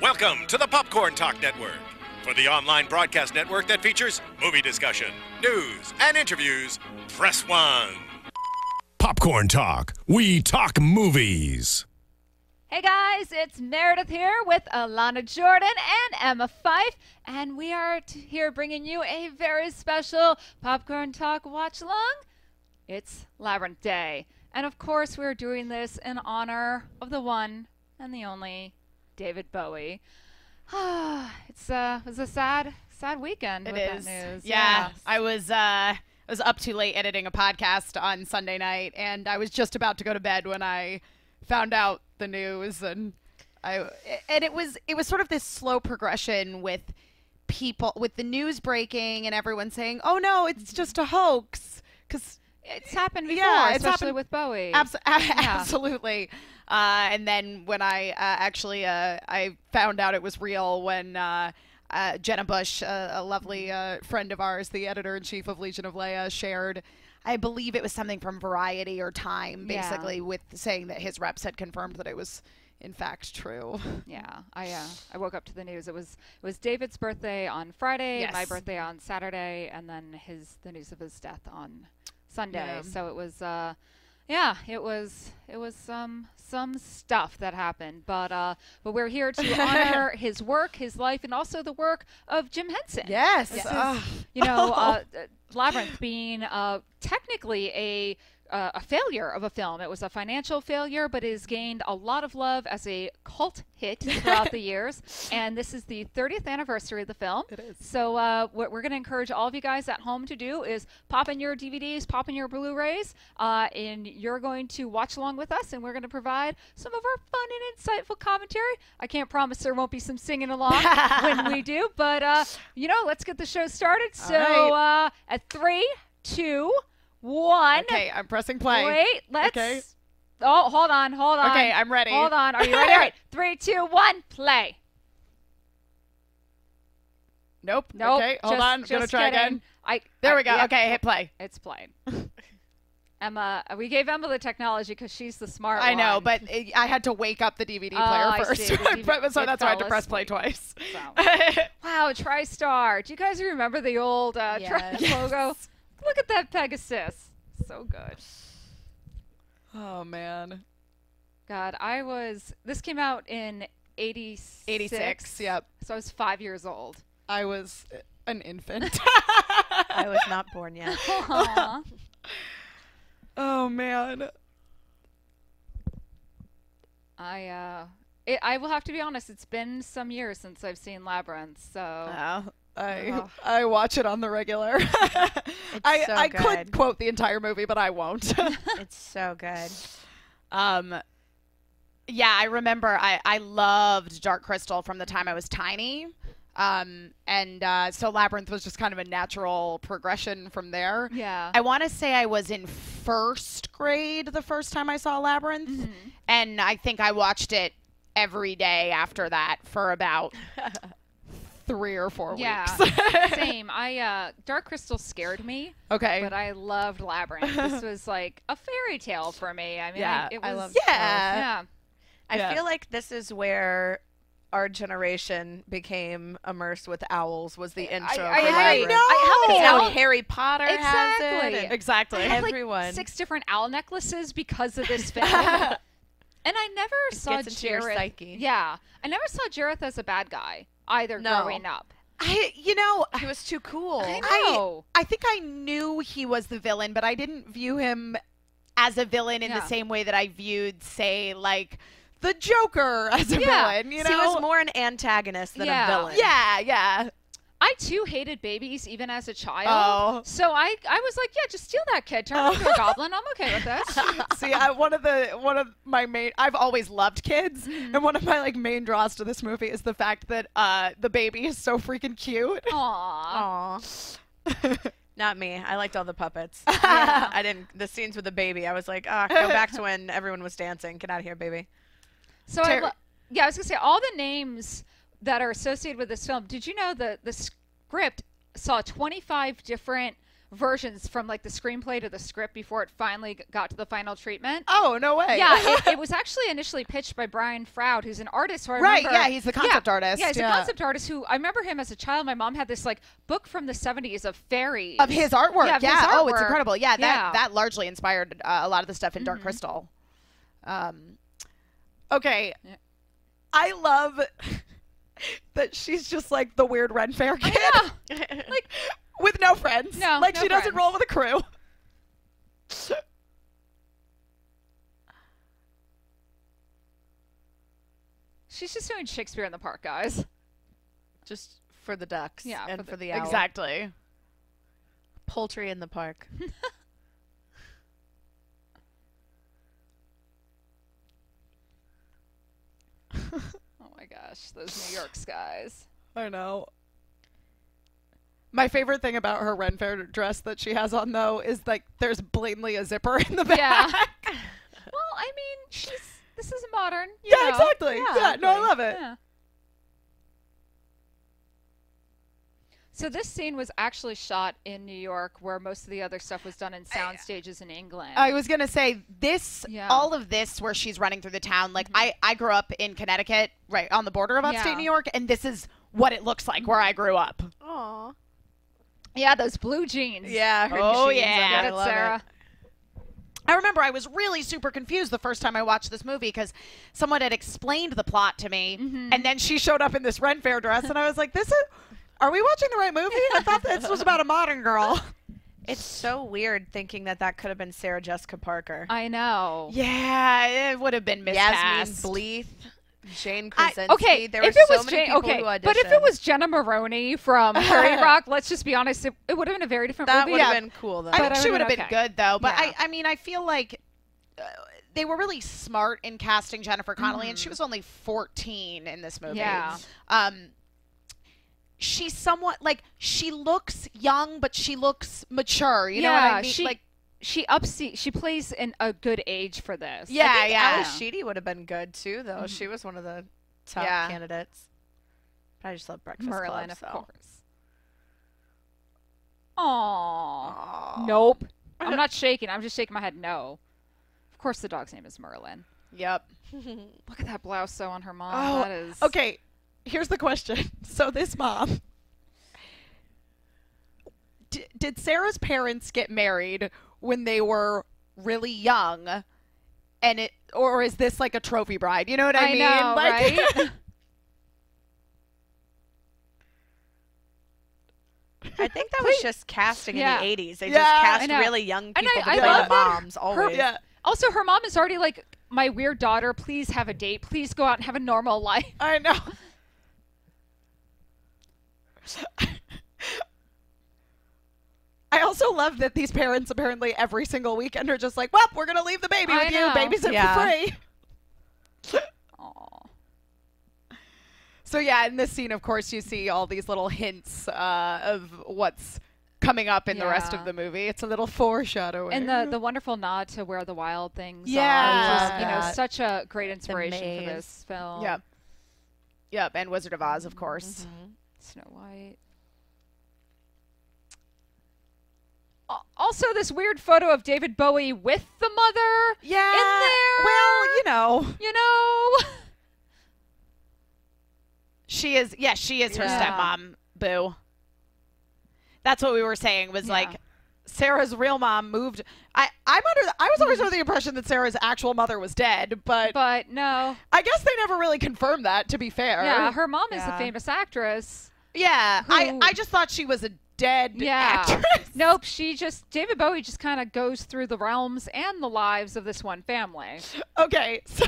Welcome to the Popcorn Talk Network, for the online broadcast network that features movie discussion, news, and interviews. Press one. Popcorn Talk. We talk movies. Hey guys, it's Meredith here with Alana Jordan and Emma Fife, and we are t- here bringing you a very special Popcorn Talk Watch Along. It's Labyrinth Day. And of course, we're doing this in honor of the one and the only David Bowie. it's uh, it was a sad, sad weekend It with is. that news. Yeah, Yes. I was uh, I was up too late editing a podcast on Sunday night, and I was just about to go to bed when I found out the news, and I and it was it was sort of this slow progression with people with the news breaking and everyone saying, "Oh no, it's just a hoax," because it's happened before, Yeah, it's especially happened- with Bowie. Abso- Absolutely. Uh, and then when I uh, actually uh, I found out it was real when uh, uh, Jenna Bush, uh, a lovely uh, friend of ours, the editor in chief of Legion of Leia, shared. I believe it was something from Variety or Time, Yeah. basically, with saying that his reps had confirmed that it was in fact true. Yeah, I uh, I woke up to the news. It was it was David's birthday on Friday, my Yes. birthday on Saturday, and then his the news of his death on Sunday. Yeah. So it was uh, yeah, it was it was some some stuff that happened. But uh, but we're here to honor his work, his life, and also the work of Jim Henson. Yes. This is- Ugh. you know, uh, uh, Labyrinth being uh, technically a uh, a failure of a film. It was a financial failure, but it has gained a lot of love as a cult hit throughout the years. And this is the 30th anniversary of the film. It is. So uh, what we're going to encourage all of you guys at home to do is pop in your DVDs, pop in your Blu-rays, uh, and you're going to watch along with us, and we're going to provide some of our fun and insightful commentary. I can't promise there won't be some singing along when we do, but uh, you know, let's get the show started. So uh, at three, two, one. Okay, I'm pressing play. Wait, let's. Okay. Oh, hold on, hold on. Okay, I'm ready. Hold on. Are you ready? All right. Three, two, one, play. Nope. Nope. Okay, hold just- on. I'm gonna just try kidding. Uh, again. I, There I- we go. yeah, Okay, hit play. It's playing. Emma, we gave Emma the technology because she's the smart I know, one. but it, I had to wake up the DVD Oh, player I first, see. The DV But- so it that's why I had to fell press play asleep. twice. So. Wow, TriStar. Do you guys remember the old uh, Tri Yes. logo? Look at that Pegasus. So good. oh man, God, I was. This came out in 86. eighty six. Yep, So I was five years old. I was an infant. I was not born yet. Aw. oh man, I uh, it, I will have to be honest. It's been some years since I've seen Labyrinth, so Uh, I Ugh. I watch it on the regular. I so I could good. quote the entire movie, but I won't. It's so good. Um, yeah, I remember. I I loved Dark Crystal from the time I was tiny. Um, and uh, so Labyrinth was just kind of a natural progression from there. yeah. I want to say I was in first grade the first time I saw Labyrinth, Mm-hmm. and I think I watched it every day after that for about three or four yeah, weeks. same. I uh, Dark Crystal scared me, okay. but I loved Labyrinth. This was like a fairy tale for me. I mean, Yeah, I, it was I loved yeah. yeah, I Yeah. feel like this is where our generation became immersed with owls was the Oh, intro. I- for I Labyrinth. know. I- how many Now owl- Harry Potter has Exactly. it. and exactly. I have Everyone. like six different owl necklaces because of this film. and I never saw gets into your Jareth. psyche. Yeah, I never saw Jareth as a bad guy either. No. Growing up, I, you know, He was too cool. I I- know. I think I knew he was the villain, but I didn't view him as a villain in Yeah. the same way that I viewed, say, like the Joker as a Yeah. villain. You know? he was more an antagonist than Yeah. a villain. yeah, yeah. I too hated babies even as a child. Oh. So I, I was like, yeah, just steal that kid, turn him into a goblin. I'm okay with this. See, I, one of the one of my main I've always loved kids, Mm-hmm. and one of my like main draws to this movie is the fact that uh the baby is so freaking cute. Aww. Oh. Aw. Not me. I liked all the puppets. Yeah. I didn't. The scenes with the baby, I was like, ah, go back to when everyone was dancing. Get out of here, baby. So I Ter- lo- yeah, I was gonna say all the names that are associated with this film. Did you know the the script saw 25 different versions from like the screenplay to the script before it finally g- got to the final treatment. Oh no way! Yeah, it, it was actually initially pitched by Brian Froud, who's an artist. Who I Right, remember- yeah, he's the concept artist, Yeah, he's yeah. a concept artist who I remember him as a child. My mom had this like book from the '70s of fairies of his artwork. Yeah. of his Oh, it's artwork. incredible. Yeah. That Yeah. Mm-hmm. that largely inspired uh, a lot of the stuff in Dark Crystal. Um, okay. I love that she's just like the weird Ren Fair kid. like with no friends. No, Like no she doesn't friends. roll with a crew. She's just doing Shakespeare in the Park, guys. Just for the ducks. Yeah, And for the- for the owl. Exactly. Poultry in the park. Oh my gosh, those New York skies. I know. My favorite thing about her Ren Fair dress that she has on though is like there's blatantly a zipper in the back. Yeah. well, I mean, she's this is modern. you Yeah, know. exactly. Yeah, no, I love it. Yeah. So this scene was actually shot in New York, where most of the other stuff was done in sound stages in England. I was gonna say this, Yeah. Mm-hmm. all of this, where she's running through the town. Like I, I grew up in Connecticut, right on the border of upstate Yeah. Mm-hmm. New York, and this is what it looks like where I grew up. Aw. yeah, those blue jeans. Yeah. Her Oh, jeans yeah. under- Get I it, love it. Sarah. I remember I was really super confused the first time I watched this movie because someone had explained the plot to me, Mm-hmm. and then she showed up in this Ren Fair dress, and I was like, "This is, are we watching the right movie?" I thought this was about a modern girl. It's so weird thinking that that could have been Sarah Jessica Parker. I know. Yeah, it would have been Yasmin miscast. Bleeth, Jane I- Krasinski. Okay, there if were it so was many Jane, people okay, who auditioned. but if it was Jenna Maroney from Harry Rock, let's just be honest, it, it would have been a very different that movie. would have Yeah. been cool though. I But think I she would would've have been been okay. good though. But Yeah. I, I mean, I feel like uh, they were really smart in casting Jennifer Connelly, and she was only 14 in this movie. Mm. Yeah. Um, she's somewhat like she looks young, but she looks mature. You know what I mean? She, like, she ups she plays in a good age for this. yeah, I think yeah. Alice Sheedy would have been good too, though. She was one of the top Yeah. candidates. But I just love Breakfast Merlin, Club. of so. course. Aww. Nope. I'm not shaking. I'm just shaking my head. No. Of course, the dog's name is Merlin. yep. Look at that blouse sew on her mom. Oh, that is. okay. Here's the question. So this mom. D- did Sarah's parents get married when they were really young? And it or is this like a trophy bride? You know what I I, mean? know, like right? I think that was just casting Yeah. in the 80s. They Yeah, just I cast know. really young And people I- I to play love the moms always. yeah. also, her mom is already like, my weird daughter, please have a date. Please go out and have a normal life. I know. I also love that these parents apparently every single weekend are just like, "Well, we're gonna leave the baby I with know. you. Baby's in Yeah. for free." Aww. So yeah, in this scene, of course, you see all these little hints uh, of what's coming up in the rest Yeah. of the movie. It's a little foreshadowing. And the, the wonderful nod to where the wild things Yeah. are. Just, you know, Love such a great inspiration for maze. this film. yep, yep, and Wizard of Oz, of course. Mm-hmm. Snow White. Al- Also, this weird photo of David Bowie with the mother. Yeah, there. Well, you know, You know. she is. Yeah, she is her Yeah. stepmom. Boo. That's what we were saying. Was Yeah. like. Sarah's real mom moved. I I'm under. The, I was always under the impression that Sarah's actual mother was dead, but Mm-hmm. But no. I guess they never really confirmed that. To be fair, Yeah, her mom is a Yeah. famous actress. Yeah, I, Who- I just thought she was a dead Yeah. actress. Nope, she just David Bowie just kind of goes through the realms and the lives of this one family. Okay, so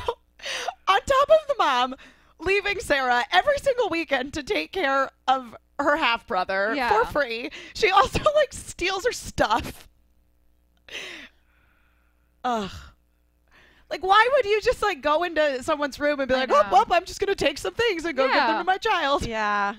on top of the mom leaving Sarah every single weekend to take care of her half brother Yeah. for free, she also like steals her stuff. Ugh. Like, why would you just like go into someone's room and be I like, know. "Oh, well, I'm just gonna take some things and go give Yeah. them to my child"? Yeah.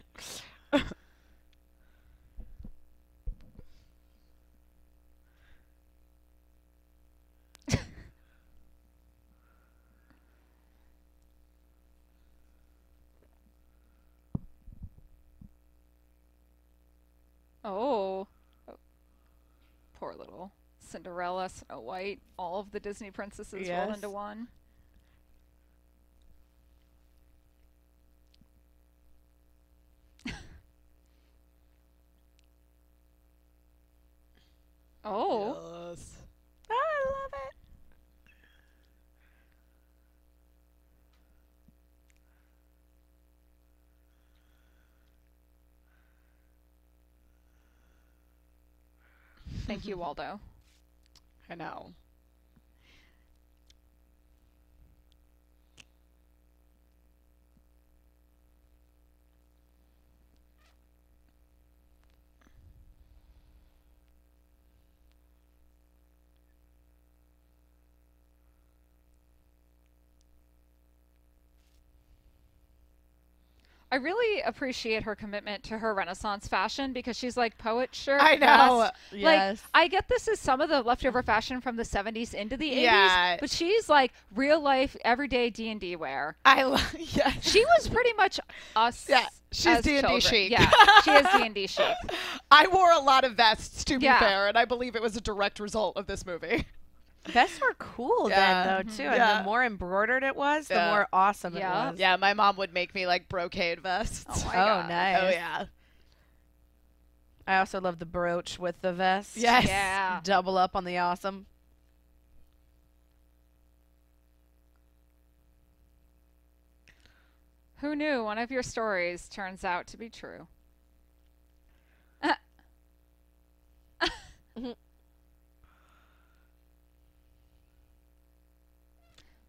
Oh. Poor little Cinderella, Snow White, all of the Disney princesses roll Yes. into one. oh. Ah, I love it. Thank you, Waldo. I know. I really appreciate her commitment to her Renaissance fashion because she's like poet shirt. I know. vest. Yes. Like I get this is some of the leftover fashion from the 70s into the 80s, Yeah. but she's like real life everyday D&D wear. I love. Yeah. She was pretty much us. Yeah, she's as D&D children. chic. Yeah, she is D&D chic. I wore a lot of vests to be Yeah. fair, and I believe it was a direct result of this movie. Vests were cool Yeah. then, though, too. And Yeah. the more embroidered it was, Yeah. the more awesome Yeah. it was. Yeah, my mom would make me like brocade vests. Oh, my Oh, God. nice. Oh, yeah. I also love the brooch with the vest. Yes. Yeah. Double up on the awesome. Who knew one of your stories turns out to be true?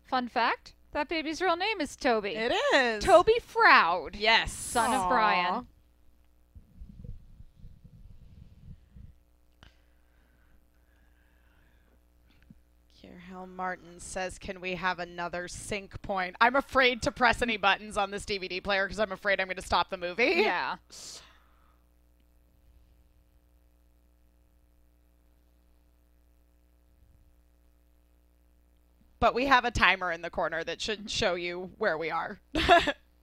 Fun fact that baby's real name is Toby. It is. Toby Froud, Yes. son of Brian. Hal Martin says, "Can we have another sync point?" I'm afraid to press any buttons on this DVD player because I'm afraid I'm going to stop the movie. Yeah. But we have a timer in the corner that should show you where we are.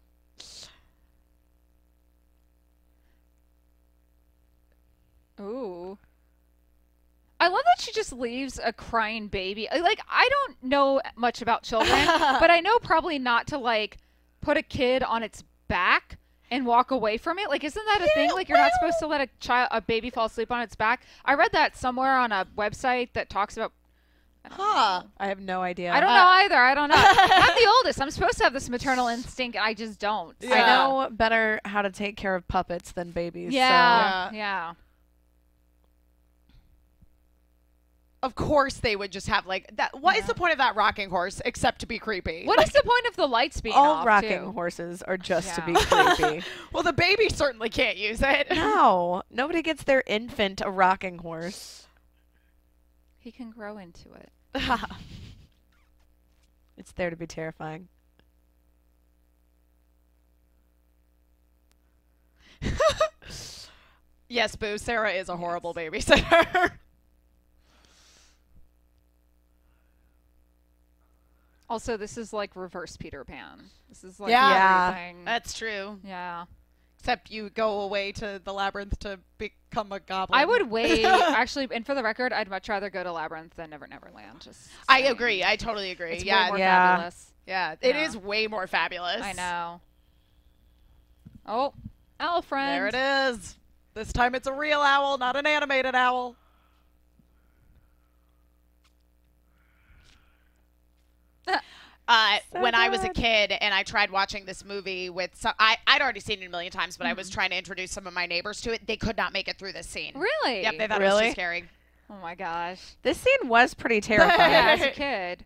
Ooh. I love that she just leaves a crying baby. I- Like I don't know much about children, but I know probably not to like put a kid on its back and walk away from it. Like isn't that a thing? Like you're not supposed to let a child a baby fall asleep on its back. I read that somewhere on a website that talks about huh. I have no idea. Uh, I don't know either. I don't know. I'm the oldest. I'm supposed to have this maternal instinct and I just don't. Yeah. I know better how to take care of puppets than babies. So. Yeah. Yeah. Yeah. Of course, they would just have like that. What is the point of that rocking horse except to be creepy? What is the point of the lights being All off, rocking too? horses are just to be Yeah. creepy. Well, the baby certainly can't use it. no, nobody gets their infant a rocking horse. He can grow into it. It's there to be terrifying. Yes, boo. Sarah is a horrible babysitter. Also, this is like reverse Peter Pan. This is like Yeah. Yeah. everything. That's true. yeah. Except you go away to the labyrinth to become a goblin. I would wait actually, and for the record, I'd much rather go to Labyrinth than Never Never Land. Just I saying. agree. I totally agree. It's way yeah, more yeah, yeah. fabulous. It Yeah. is way more fabulous. I know. Oh, owl friend. There it is. This time it's a real owl, not an animated owl. Uh, when I was a kid and I tried watching this movie with some, I, I'd already seen it a million times, but I was trying to introduce some of my neighbors to it. They could not make it through this scene. Mm-hmm. Really? Yep, they thought it was Really? too scary. oh my gosh. This scene was pretty terrifying. Yeah, as a kid.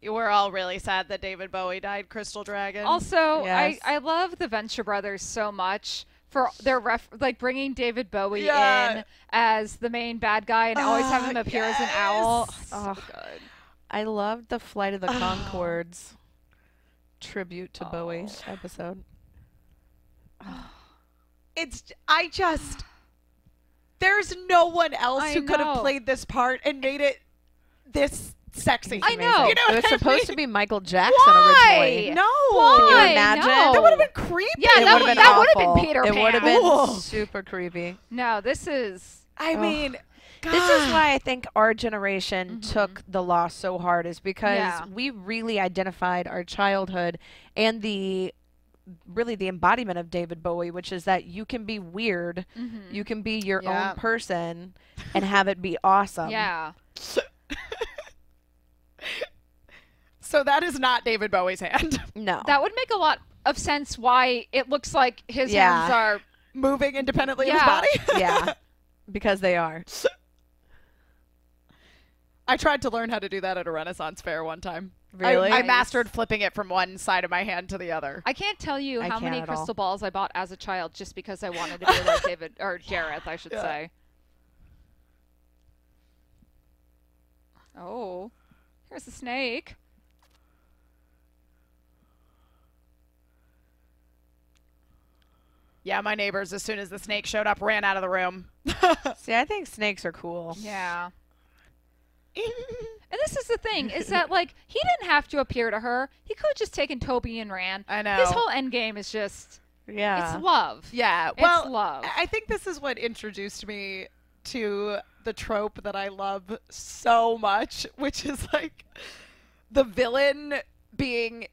You were all really sad that David Bowie died, Crystal Dragon. Also, Yes. I I love the Venture Brothers so much for their ref like bringing David Bowie Yeah. Ah, in as the main bad guy and always have him appear as an owl. yes. Oh, it's so Ugh. good. I loved the Flight of the Concords tribute to Bowie Oh. episode. it's I just there's no one else I who could have know. played this part and made it this sexy. I know. You know what it was I supposed mean? to be Michael Jackson Why? originally. No. Can Why? you imagine? No. That would have been creepy. Yeah, that would've would- been that would've been awful. Peter It would have been Pan. super creepy. No, this is. I Ugh. mean, God. This is why I think our generation took the loss so hard is because Yeah. we really identified our childhood and the really the embodiment of David Bowie, which is that you can be weird, mhm. you can be your Yeah. own person and have it be awesome. yeah. oh. So that is not David Bowie's hand No. That would make a lot of sense why it looks like his Yeah. hands are. moving independently Yeah. of his body. yeah. Because they are. I tried to learn how to do that at a Renaissance fair one time. I- Really? I, Nice. mastered flipping it from one side of my hand to the other. I can't tell you I how many can't at all. crystal balls I bought as a child just because I wanted to be like David or Gareth, I should say. Oh, here's a snake. Yeah, my neighbors, as soon as the snake showed up, ran out of the room. See, I think snakes are cool. Yeah. And this is the thing is that like he didn't have to appear to her. He could have just taken Toby and ran. I His know. whole end game is just Yeah. it's love. Yeah, It's well, love. I I think this is what introduced me to the trope that I love so much, which is like the villain being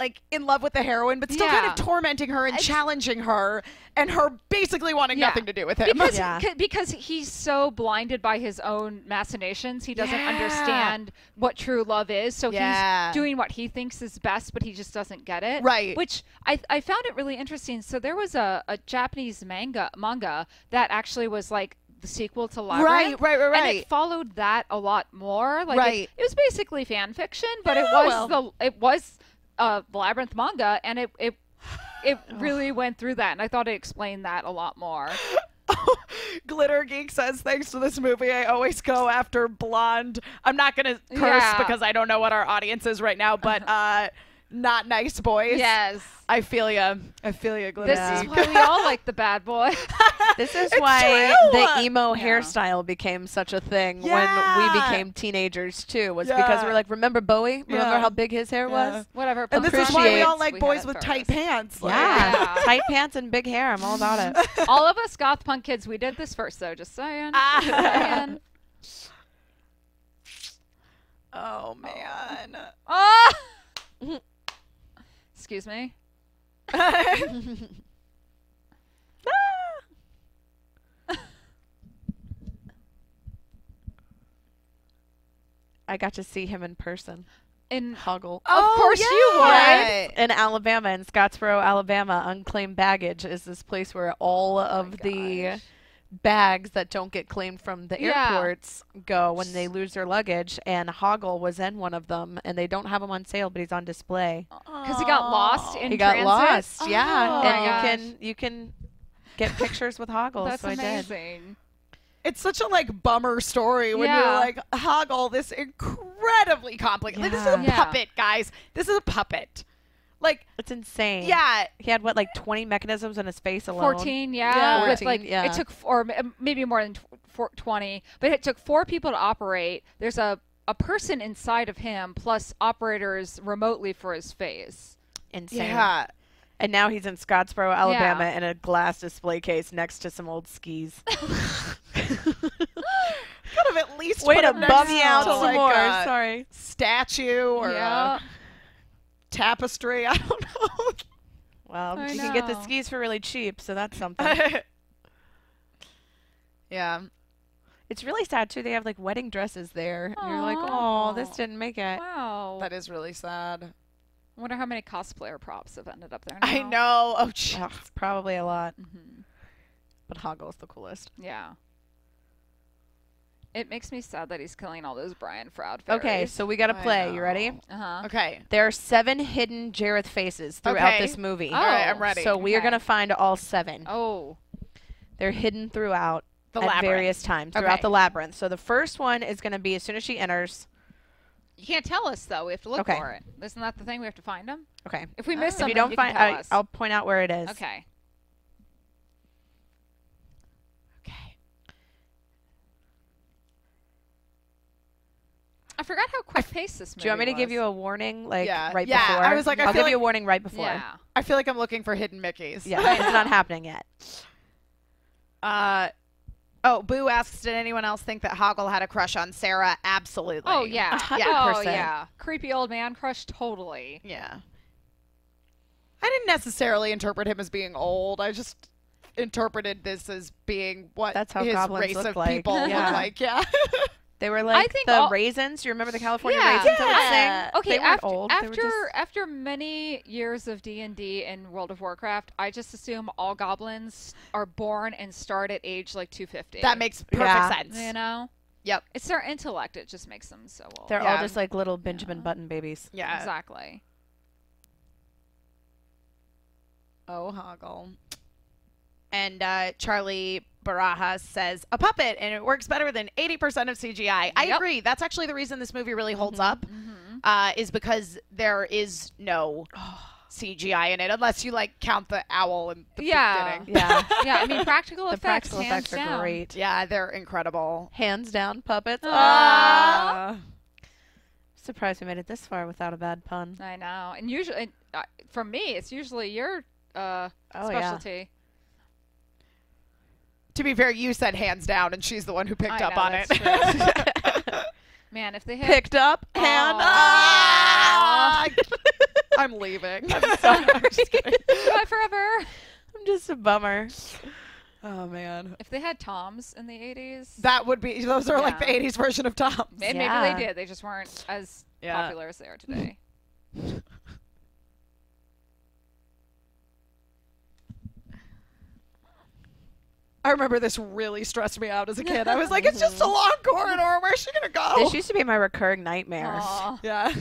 like in love with the heroine, but still kind Yeah. of tormenting her and challenging her, and her basically wanting Yeah. nothing to do with him. Because, Yeah. c- because he's so blinded by his own machinations, he doesn't Yeah. understand what true love is. So Yeah. he's doing what he thinks is best, but he just doesn't get it. Right. Which I, I found it really interesting. So there was a, a Japanese manga manga that actually was like the sequel to Labyrinth. right, right, And it right. followed that a lot more. Like it- Right. it, was basically fan fiction, but it Yeah, was well. the it was uh, Labyrinth manga, and it it it really went through that, and I thought it explained that a lot more. Glitter Geek says, thanks to this movie, I always go after blonde. I'm not going to curse Yeah. Uh-huh. because I don't know what our audience is right now, but uh, not nice boys. Yes. I feel ya. I feel ya, Glitter This Geek. is why we all like the bad boy. This is why the emo hairstyle became such a thing when we Yeah. became teenagers too. Was because Yeah. we're like, remember Bowie? Remember Yeah. how big his hair Yeah. was? Whatever. and this is why we all appreciates like boys with tight pants. Like, Yeah. Yeah. tight pants and big hair. I'm all about it. pants. all of us goth punk kids, we did this first, though. Just saying. Ah. Just saying. Oh man. Ah! Excuse me. I got to see him in person. In Hoggle. Oh, of course you would. Right. In Alabama, in Scottsboro, Alabama, unclaimed baggage is this place where all Oh of the bags that don't get claimed from the Yeah. airports go when they lose their luggage. And Hoggle was in one of them, and they don't have him on sale, but he's on display. Because he got lost in he got transit. lost, yeah. Oh my gosh. and you can you can get pictures with Hoggle. That's so I did. amazing. It's such a like bummer story when Yeah. you're like hoggle this incredibly complicated. Like, this is a Yeah. Yeah. puppet, guys. This is a puppet. Like It's insane. yeah, He had what, like 20 mechanisms in his face alone. 14, yeah. Yeah. with, 14, like, yeah. It took four, m- maybe more than tw- four, 20, but it took four people to operate. There's a, a person inside of him plus operators remotely for his face. Insane. yeah. And now he's in Scottsboro, Alabama, in a glass display case next to some old skis. Could have at least Way put to him next bum me out to, some like, more. a Sorry. Statue or a yeah. tapestry. I don't know. Well, I you can get the know. skis for really cheap, so that's something. yeah. it's really sad too. They have like wedding dresses there. And you're like, oh, this Aw. didn't make it. Wow. uh, That is really sad. I wonder how many cosplayer props have ended up there. I now. know. Oh, gee. Ugh, probably a lot. But Hoggle's the coolest. Yeah. It makes me sad that he's killing all those Brian Froud fairies. Okay, so we got to I play. You ready? Uh huh. Okay. There are seven hidden Jareth faces throughout Okay. this movie. Oh, All right, I'm ready. So we are okay. going to find all seven. Oh. They're hidden throughout The at labyrinth. various times throughout Okay. the labyrinth. So the first one is going to be as soon as she enters. You can't tell us though. We have to look Okay. for it. Isn't that the thing? We have to find him. Okay. If we miss If something, you don't find, can tell I, us. I'll point out where it is. Okay. Okay. I forgot how quick paced this movie Do you want me to give was. you a warning like Yeah. right Yeah, I before? was like, I will feel give you a like- warning right before. Yeah. I feel like I'm looking for hidden Mickeys. Yeah, it's not happening yet. Uh, oh, Boo asks, did anyone else think that Hoggle had a crush on Sarah? Absolutely. Oh yeah. hundred Oh percent. yeah. Creepy old man crush. Totally. Yeah. I didn't necessarily interpret him as being old. I just interpreted this as being what That's how his goblins race look of like. people Yeah. look like. Yeah. They were like think the all- raisins. You remember the California Yeah. raisins Yeah. that would sing? Okay, they weren't after old. they after were just, after many years of D and D in World of Warcraft, I just assume all goblins are born and start at age like 250. that makes perfect Yeah. sense. you know. Yep. It's their intellect; it just makes them so old. they're Yeah. all just like little Benjamin Button babies. Yeah. exactly. Oh, Hoggle. And uh, Charlie Barajas says, a puppet, and it works better than 80% of CGI. I Yep. Mm-hmm. agree. That's actually the reason this movie really holds up, uh, is because there is no CGI in it, unless you, like, count the owl in the Yeah. beginning. Yeah. Yeah, I mean practical the effects. practical hands effects down. are great. Yeah, they're incredible. Uh, Hands down puppets. Ah. Ah. Surprised we made it this far without a bad pun. I know, and usually and, uh, for me, it's usually your uh, Oh, yeah. specialty. To be fair, you said hands down, and she's the one who picked I up know, on that's it. true. Man, if they had Picked up hand. Aw. Ah. I'm leaving. Goodbye forever. I'm just a bummer. oh, man. If they had toms in the 80s, That would be, those are like the Yeah. 80s version of Tom's. And Yeah. maybe they did. They just weren't as Yeah. popular as they are today. I remember this really stressed me out as a kid. I was like, it's just a long corridor. Where's she going to go? This used to be my recurring nightmare. Aw. yeah.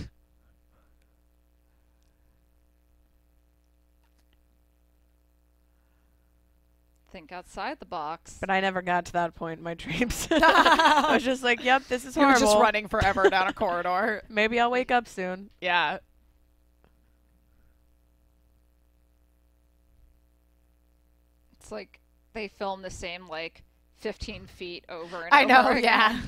Think outside the box. But I never got to that point in my dreams. I was just like, yep, this is You were horrible. just running forever down a corridor. Maybe I'll wake up soon. Yeah. it's like they film the same like 15 feet over and I know. over again. Yeah.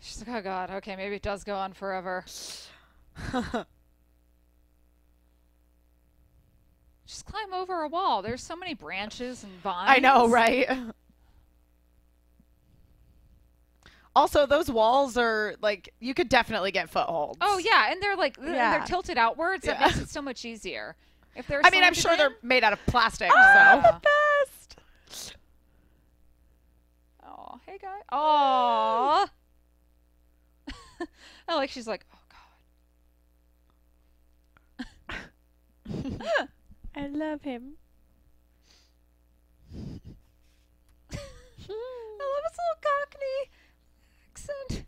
She's like, oh god, okay, maybe it does go on forever. Just climb over a wall. There's so many branches and vines. I know, right? Also, those walls are like, you could definitely get footholds. Oh yeah, and they're like th- and Yeah. they're tilted outwards. That Yeah. makes it so much easier. If they're I mean, I'm slanted sure in- they're made out of plastic. so. Best. Oh, hey guy. Aw. I like she's like, oh god. I love him. I love his little cockney accent.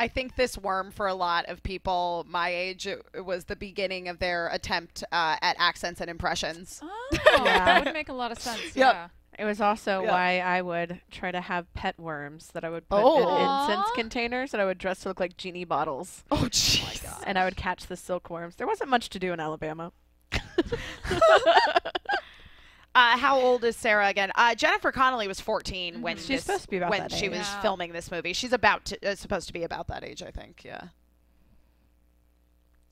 I think this worm for a lot of people my age it, it was the beginning of their attempt uh, at accents and impressions. Oh, that would make a lot of sense. Yeah. It was also Yeah. why I would try to have pet worms that I would put Oh. in incense Aw. containers that I would dress to look like genie bottles. Oh jeez. And I would catch the silkworms. There wasn't much to do in Alabama. Uh, how old is Sarah again? Uh, Jennifer Connelly was 14 when She's this- supposed to be about when that she age. was Yeah. filming this movie. She's about to, uh, supposed to be about that age, I think. Yeah.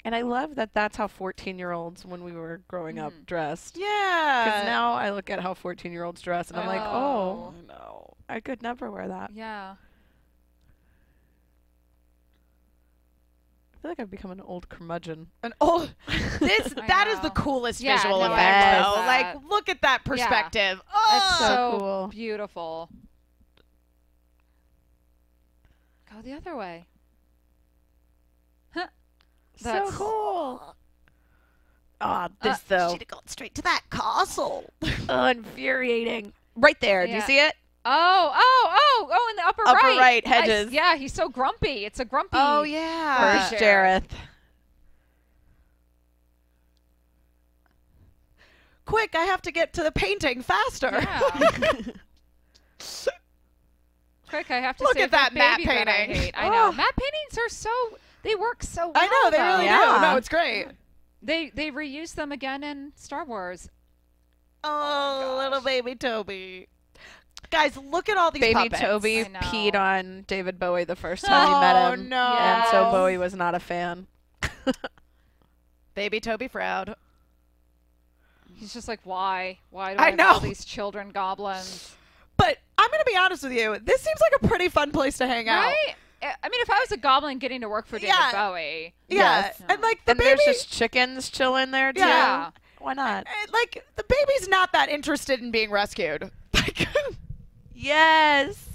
And I love that that's how 14 year olds, when we were growing up, dressed. Because Yeah. now I look at how 14 year olds dress and I'm like, oh, no. I could never wear that. Yeah. I feel like I've become an old curmudgeon. An old. This I that is the know. coolest Yeah, visual no, I effect. love though. that. Like, look at that perspective. That's Oh. so so, cool. beautiful. Go the other way. Huh. That's so cool. Ah, this though. She'd have gone straight to that castle. Oh, infuriating. Right there. Do you Yeah. see it? Oh, oh, oh, oh, in the upper, Upper right. right, I s- hedges. yeah, he's so grumpy. It's a grumpy. Oh yeah. Uh, First, Jareth. Jareth. Quick, I have to get to the painting faster. Yeah. quick, I have to Look say at for that matte baby bread I painting. hate. I know. Ugh. Matte paintings are so they work so well. I know, they though. really Yeah. No, no, it's great. They they reuse them again in Star Wars. Oh, little baby Toby. Guys, look at all these Baby puppets. Toby I know. peed on David Bowie the first time he met Oh, him. no. And so Yes. Bowie was not a fan. Baby Toby Froud. He's just like, why? Why do I I, have all know. these children goblins? But I'm gonna be honest with you. This seems like a pretty fun place to hang out. Right? I I mean, if I was a goblin getting to work for David Yeah. Bowie, Yeah. Yes. And like the and baby, there's just chickens chilling there too. Yeah. Why not? and, like the Baby's not that interested in being rescued. Like, Yes.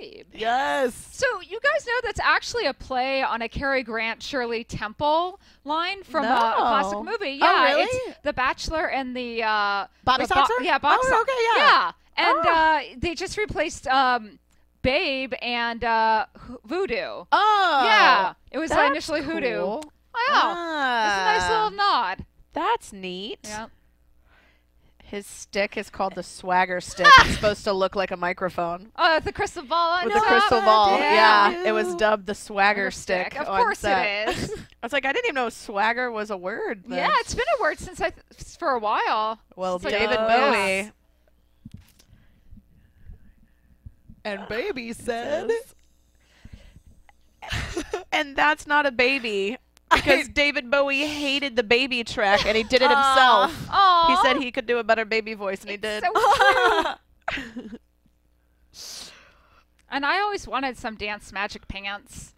babe. yes. So you guys know that's actually a play on a Cary Grant Shirley Temple line from a, a classic No. movie. Oh, Yeah, really? it's The Bachelor and the uh, Bobby the bo- Soxer? yeah, Bobby Oh, Sox- okay, yeah. and Oh. uh, they just replaced um, Babe and uh, H- Voodoo. Oh. yeah, it was uh, that's initially Hoodoo. cool. Ah. Wow, that's a nice little nod. That's neat. Yeah. His stick is called the swagger stick. it's supposed to look like a microphone. Oh, the crystal ball. on With the top. crystal ball. Yeah. Yeah. It was dubbed the swagger Swagger stick. Of on course set. it is. I was like, I didn't even know swagger was a word. Then. yeah, it's been a word since I th- for a while. Well, Since I- David Yeah. Bowie. And baby said. And that's not a baby because David Bowie hated the baby track and he did it himself. Oh, he said he could do a better baby voice and he did. and I always wanted some dance magic pants.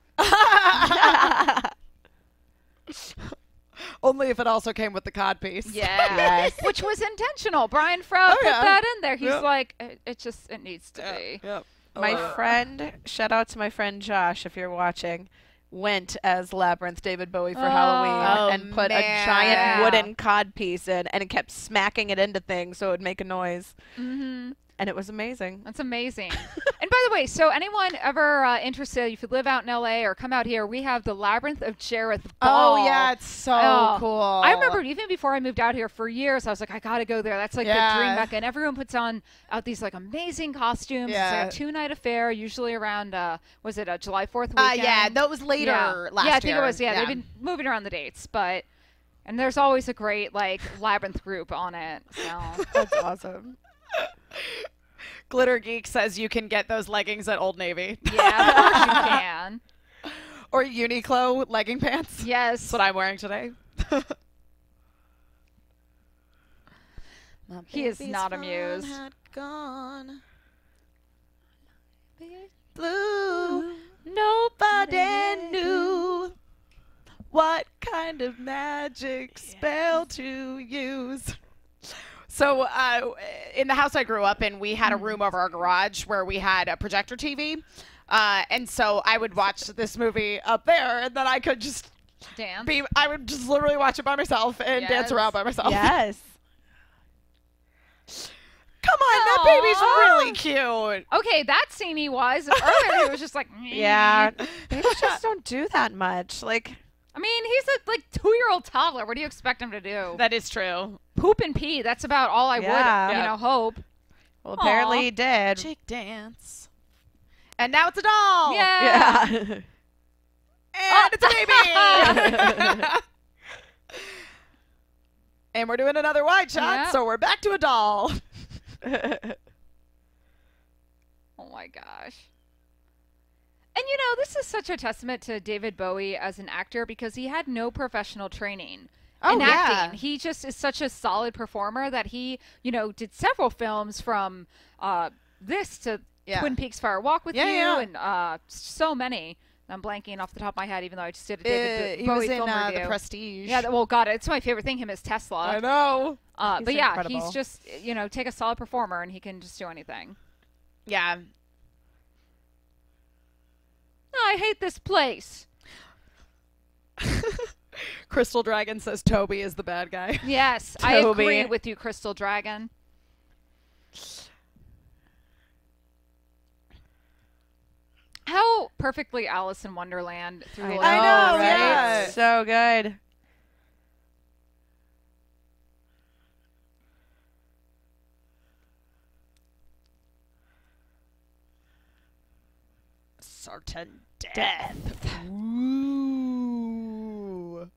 Only if it also came with the codpiece. Yeah. Which was intentional. Brian Froud put Oh, yeah. that in there. He's Yeah. like, it, it just it needs to be. Yep. my friend, shout out to my friend Josh if you're watching, went as Labyrinth David Bowie for Halloween Oh, and put a man. giant Yeah. wooden codpiece in and it kept smacking it into things so it would make a noise. hmm And it was amazing. That's amazing. and by the way, so anyone ever uh, interested, if you live out in LA or come out here, we have the Labyrinth of Jareth Ball. Oh yeah, it's so Oh. cool. I remember even before I moved out here for years, I was like, I gotta go there. That's like the dream Yeah. mecca. And everyone puts on out these like amazing costumes. It's like Yeah. a two night affair, usually around uh, was it a July Fourth weekend? Uh, yeah, that was later yeah. last year. Yeah, I think it was. Yeah, they've been moving around the dates, but and there's always a great like labyrinth group on it. So That's awesome. Glitter Geek says you can get those leggings at Old Navy yeah, of course you can. or Uniqlo legging pants. Yes. That's what I'm wearing today. um, He is not amused. Gone. Blue. Nobody knew what kind of magic spell to use. So, uh, in the house I grew up in, we had a Mm-hmm. room over our garage where we had a projector TV. Uh, and so I would watch this movie up there, and then I could just Damn. be, I would just literally watch it by myself and Yes. dance around by myself. yes. Come on, Ah. that baby's really cute. Okay, that scene he was earlier. He was just like, Yeah. Babies just don't do that much. Like I mean, he's a like two year old toddler. What do you expect him to do? That is true. Poop and pee. That's about all I Yeah. would, you Yeah. know, hope. well apparently he did. Chick dance. And now it's a doll. yeah. Yeah. And it's a baby. And we're doing another wide shot, Yep. so we're back to a doll. Oh my gosh. And you know, this is such a testament to David Bowie as an actor because he had no professional training Oh, in yeah. acting. He just is such a solid performer that he, you know, did several films from uh, this to Yeah. Twin Peaks Fire Walk with Yeah, You yeah. and uh, so many. I'm blanking off the top of my head, even though I just did a Uh, David he Bo- Bowie was in film uh, review. The Prestige. yeah, well, God, it's my favorite thing. Him as Tesla. I know. Uh, He's but yeah, incredible. he's just you know take a solid performer and he can just do anything. Yeah. I hate this place. Crystal Dragon says Toby is the bad guy. Yes, I agree Toby. with you, Crystal Dragon. How perfectly Alice in Wonderland through I know, Little know, right? yeah. So good. certain death. Ooh.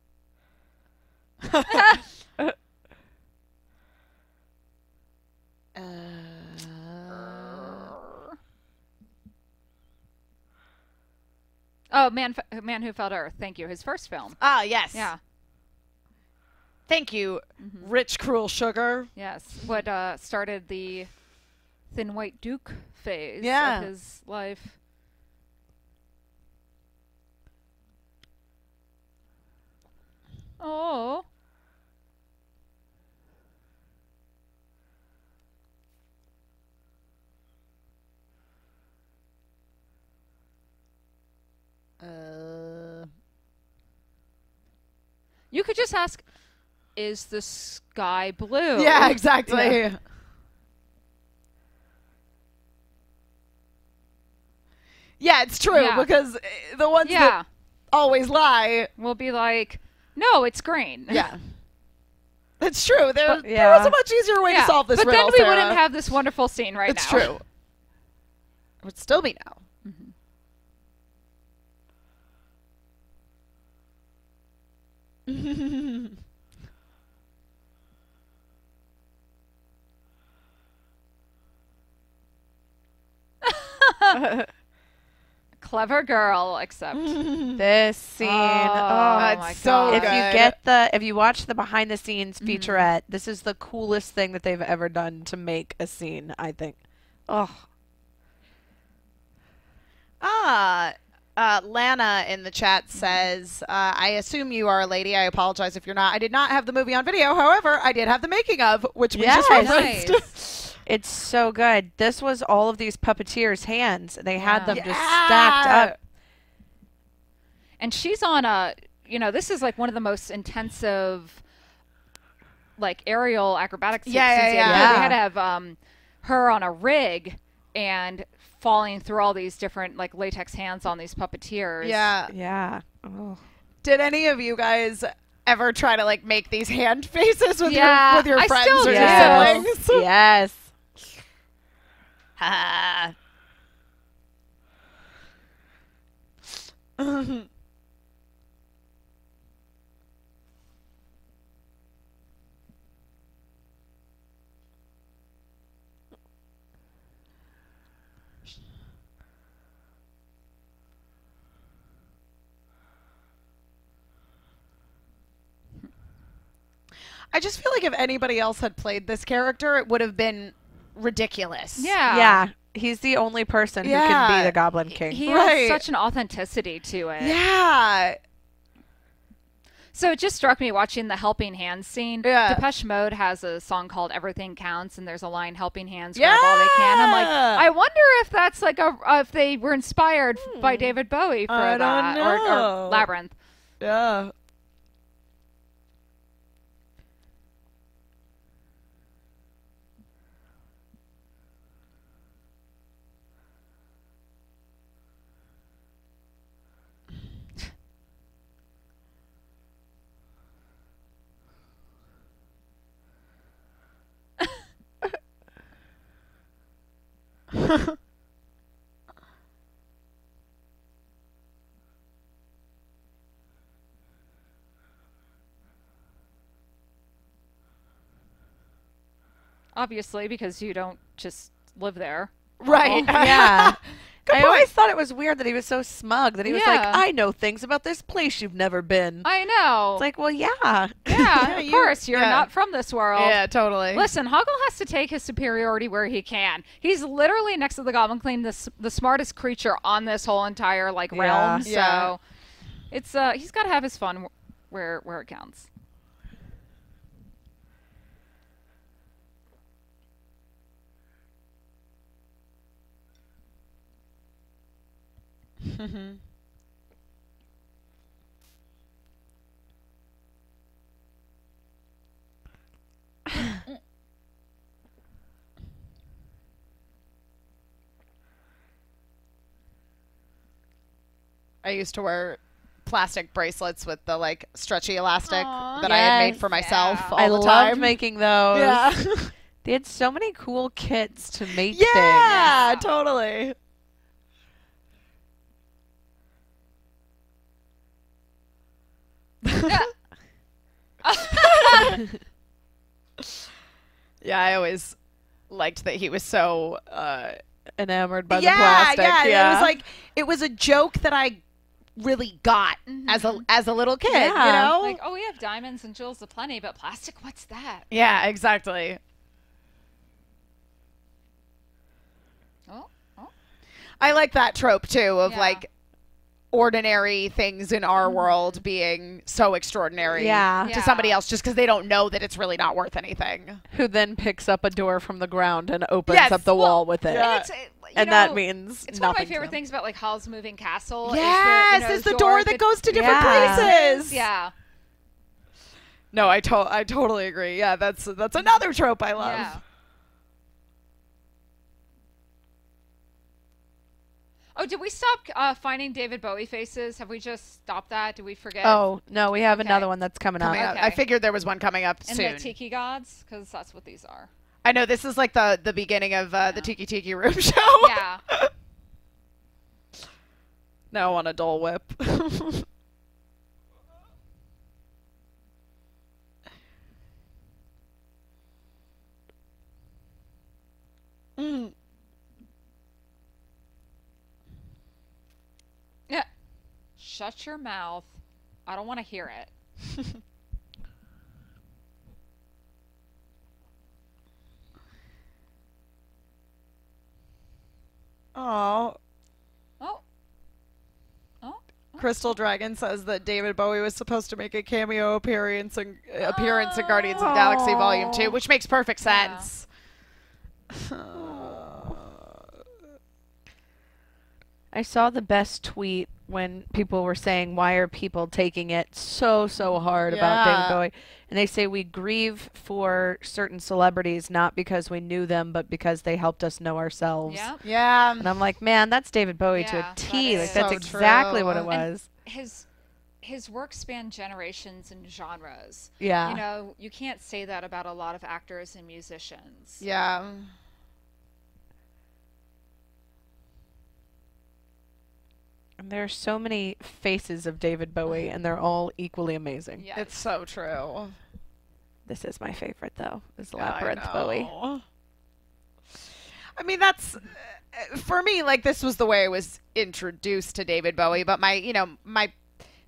Oh, man, F- man who fell to earth. Thank you. His first film. Ah, yes. Yeah. Mm-hmm. Thank you. Rich, cruel sugar. Yes. What uh, started the Thin White Duke phase Yeah. of his life. Oh. Uh, You could just ask, is the sky blue? yeah, exactly. Yeah, it's true Yeah. because uh, the ones Yeah. that always lie. We'll be like, no, it's green. Yeah. It's true. There, But- there was yeah. a much easier way Yeah, to solve this but riddle, then we Sarah. wouldn't have this wonderful scene right it's now. true. It would still be now. Clever girl, except. This scene. Oh, oh, it's my so God. if you good. get the if you watch the behind the scenes featurette, this is the coolest thing that they've ever done to make a scene, I think. Oh, Ah, uh, Lana in the chat Mm-hmm. says, uh, I assume you are a lady. I apologize if you're not. I did not have the movie on video. However, I did have the making of, which we just Yes. referenced. nice. it's so good. This was all of these puppeteers' hands. They Yeah. had them just stacked up. and she's on a, you know, this is like one of the most intensive, like aerial acrobatics. Yeah, yeah, scenes they had. yeah. They had to have um, her on a rig and falling through all these different like latex hands on these puppeteers. Yeah. Yeah. Oh. Did any of you guys ever try to like make these hand faces with Yeah, your with your I friends still or Yes. your Yes. siblings? Oh, yes. Ah. I just feel like if anybody else had played this character, it would have been ridiculous. Yeah. Yeah. He's the only person who can Yeah. be the Goblin King. He Right. has such an authenticity to it. Yeah. So it just struck me watching the Helping Hands scene. Yeah. Depeche Mode has a song called "Everything Counts," and there's a line "Helping Hands grab all they can." I'm like, Yeah. I wonder if that's like a if they were inspired by David Bowie for Hmm. I don't that or- Or, know. Labyrinth. Yeah. Obviously, because you don't just live there. Right. yeah. Oh, I always thought it was weird that he was so smug that he was Yeah. like, I know things about this place you've never been. I know. It's like, well, yeah. yeah, of you- course you're yeah. not from this world. Yeah, totally. Listen, Hoggle has to take his superiority where he can. He's literally next to the Goblin Queen, the, s- the smartest creature on this whole entire like realm. Yeah. So Yeah. it's uh he's got to have his fun wh- where where it counts. I used to wear plastic bracelets with the like stretchy elastic that I had made Yes. for myself all I the loved time. making those. yeah. They had so many cool kits to make yeah, things. totally. Yeah, I always liked that he was so. Uh, Enamored by the yeah, plastic. yeah, Yeah, and It was like it was a joke that I really got Mm-hmm. as a as a little kid. You Yeah. know, like, oh, we have diamonds and jewels aplenty, but plastic, what's that? yeah, exactly. Oh, oh. I like that trope too of Yeah. Mm-hmm. like ordinary things in our world being so extraordinary Yeah. to Yeah. somebody else just because they don't know that it's really not worth anything. Who then picks up a door from the ground and opens Yes, up the well, wall with it. And, it's, uh, you and that know, means It's nothing one of my to favorite them. things about like Hall's Moving Castle. yes, is the, you know, it's the door that goes to different Yeah. places. Yeah. No, I to- I totally agree. Yeah, that's that's another trope I love. Yeah. Oh, did we stop uh, finding David Bowie faces? Have we just stopped that? Did we forget? Oh no, we have Okay. another one that's coming Coming up. up. Okay. I figured there was one coming up and soon. the Tiki Gods, because that's what these are. I know this is like the the beginning of uh, the Tiki Tiki Room show. Yeah. now on a Dole Whip. yeah. Shut your mouth. I don't want to hear it. Oh, Oh. Oh. Crystal Dragon says that David Bowie was supposed to make a cameo appearance in, appearance in Guardians of the Galaxy Volume Two, which makes perfect Yeah. sense. I saw the best tweet when people were saying, "Why are people taking it so so hard Yeah. about David Bowie?" And they say we grieve for certain celebrities not because we knew them, but because they helped us know ourselves. Yeah. Yeah, And I'm like, man, that's David Bowie to Yeah, a that T. is- Like that's So exactly what true. it was. His his work span generations and genres. yeah. You know, you can't say that about a lot of actors and musicians. yeah. and there are so many faces of David Bowie, and they're all equally amazing. Yeah. It's so true. This is my favorite though. Is Yeah, I Labyrinth Bowie. know. I mean, that's uh, for me. Like this was the way I was introduced to David Bowie, but my, you know, my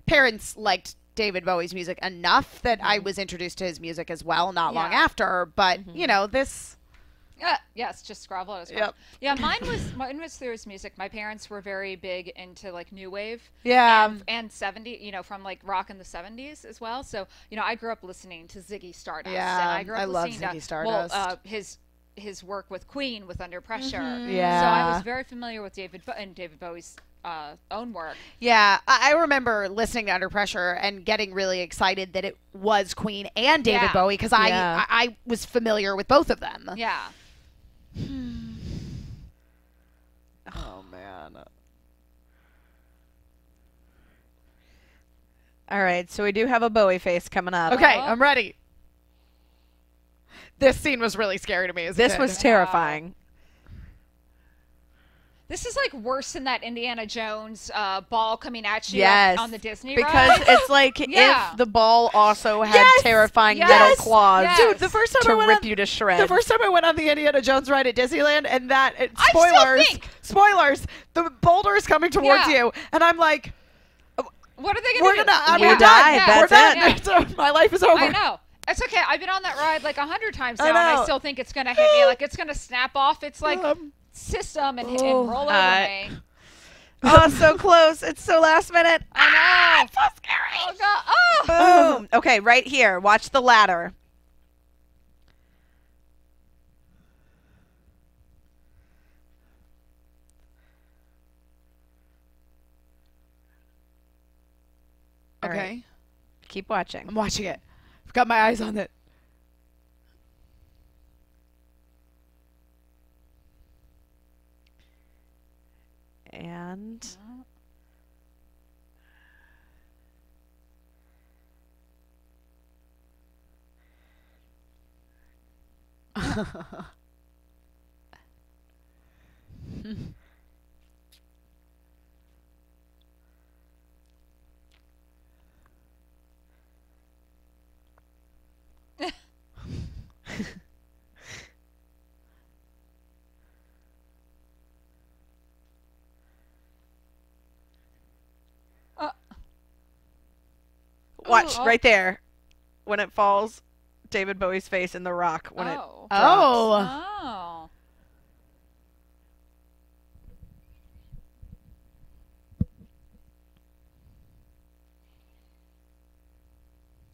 parents liked David Bowie's music enough that I was introduced to his music as well. Not long Yeah. after, but you know, this. Yeah, yes, just Scrabble. Out Scrabble. Yeah, mine was mine was through his music. My parents were very big into like new wave Yeah. and, and 70, you know, from like rock in the 70s as well. So, you know, I grew up listening to Ziggy Stardust. and Yeah, I grew up I love listening to Ziggy Stardust. Mm-hmm. Well, uh, his his work with Queen with Under Pressure. So I Yeah. was very familiar with David Bo- and David Bowie's uh, own work. Yeah, I I remember listening to Under Pressure and getting really excited that it was Queen and David Yeah. Bowie because I, Yeah. I I was familiar with both of them. Yeah. Oh man. All right, so we do have a Bowie face coming up. Okay, Uh-huh. I'm ready. This scene was really scary to me. As a This kid. was terrifying. This is like worse than that Indiana Jones uh, ball coming at you Yes. on, on the Disney Because ride. it's like Yeah. if the ball also had Yes! terrifying Yes! metal claws Yes! dude, the first time I to went rip on, you to shreds. The first time I went on the Indiana Jones ride at Disneyland, and that it, I still spoilers, think- spoilers, the boulder is coming towards Yeah. you, and I'm like, what are they we're going to do? gonna, I'm We we're die, done. that's we're done. it. That's- My life is over. I know. It's okay. I've been on that ride like a hundred times now, I and I know. still think it's gonna hit me. Like it's gonna snap off. It's like Um, system and, and oh, roll over I- me. oh, so close. It's so last minute. I know. So scary. Oh god. Oh. Boom. Okay, right here. Watch the ladder. All right, Okay, keep watching. I'm watching it. I've got my eyes on it. And Watch Ooh, oh. right there. When it falls, David Bowie's face in the rock when it oh. Oh. Oh.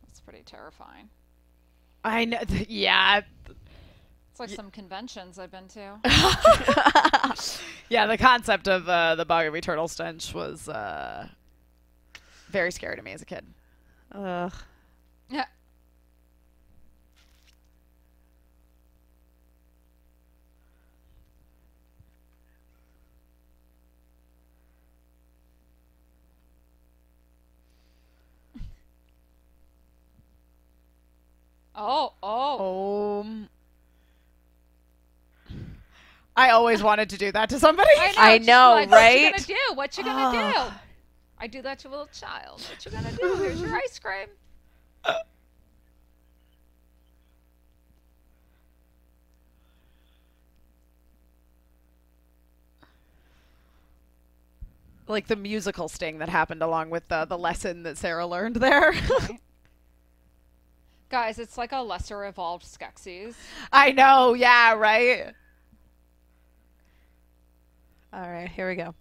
That's pretty terrifying. I know. Yeah. It's like some conventions I've been to. Yeah, the concept of uh, the Boggy Turtle stench was uh, very scary to me as a kid. Ugh. Yeah. Oh, oh. Um, I always wanted to do that to somebody. I just know, like, right? Ah. What you gonna do? What you gonna do? I do that to a little child. What you gonna do? Here's your ice cream. Like the musical sting that happened along with uh, the lesson that Sarah learned there. Guys, it's like a lesser evolved Skeksis. I know. Yeah. Right. All right, here we go.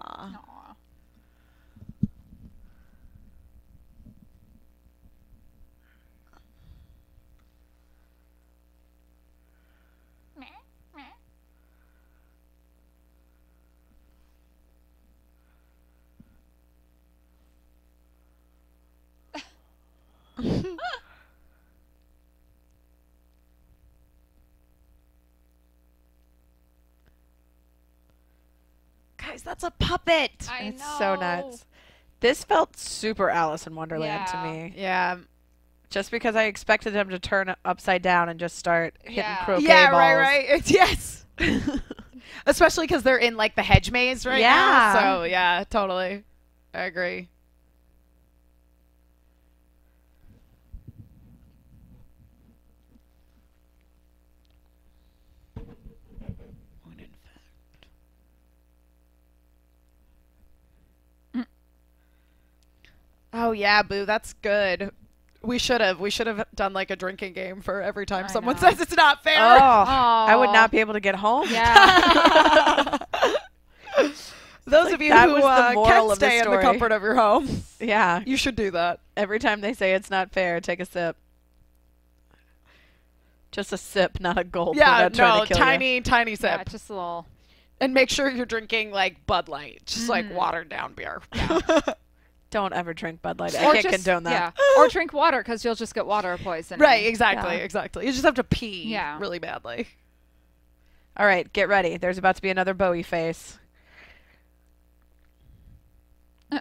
Aww. Aw. Guys, that's a puppet. I it's know. so nuts. This felt super Alice in Wonderland Yeah. to me. Yeah. Just because I expected him to turn upside down and just start hitting Yeah. croquet yeah. balls. Right. Right. It's, yes. Especially because they're in like the hedge maze right Yeah. now. So yeah, totally. I agree. Oh yeah, boo, that's good. We should have. We should have done like a drinking game for every time I someone know. says it's not fair. Oh, I would Aw. not be able to get home. Yeah. Those like of you that who was uh, the moral can of the stay in the story. comfort of your home, Yeah. you should do that. Every time they say it's not fair, take a sip. Just a sip, not a gulp. We're yeah, not trying no, to kill you. tiny, tiny sip, yeah, just a little. and make sure you're drinking like Bud Light, just like watered down beer. Don't ever drink Bud Light. I Or can't just- condone that. Yeah. or drink water because you'll just get water poisoning. right, exactly, Yeah. exactly. You just have to pee Yeah. really badly. All right, get ready. There's about to be another Bowie face. Uh.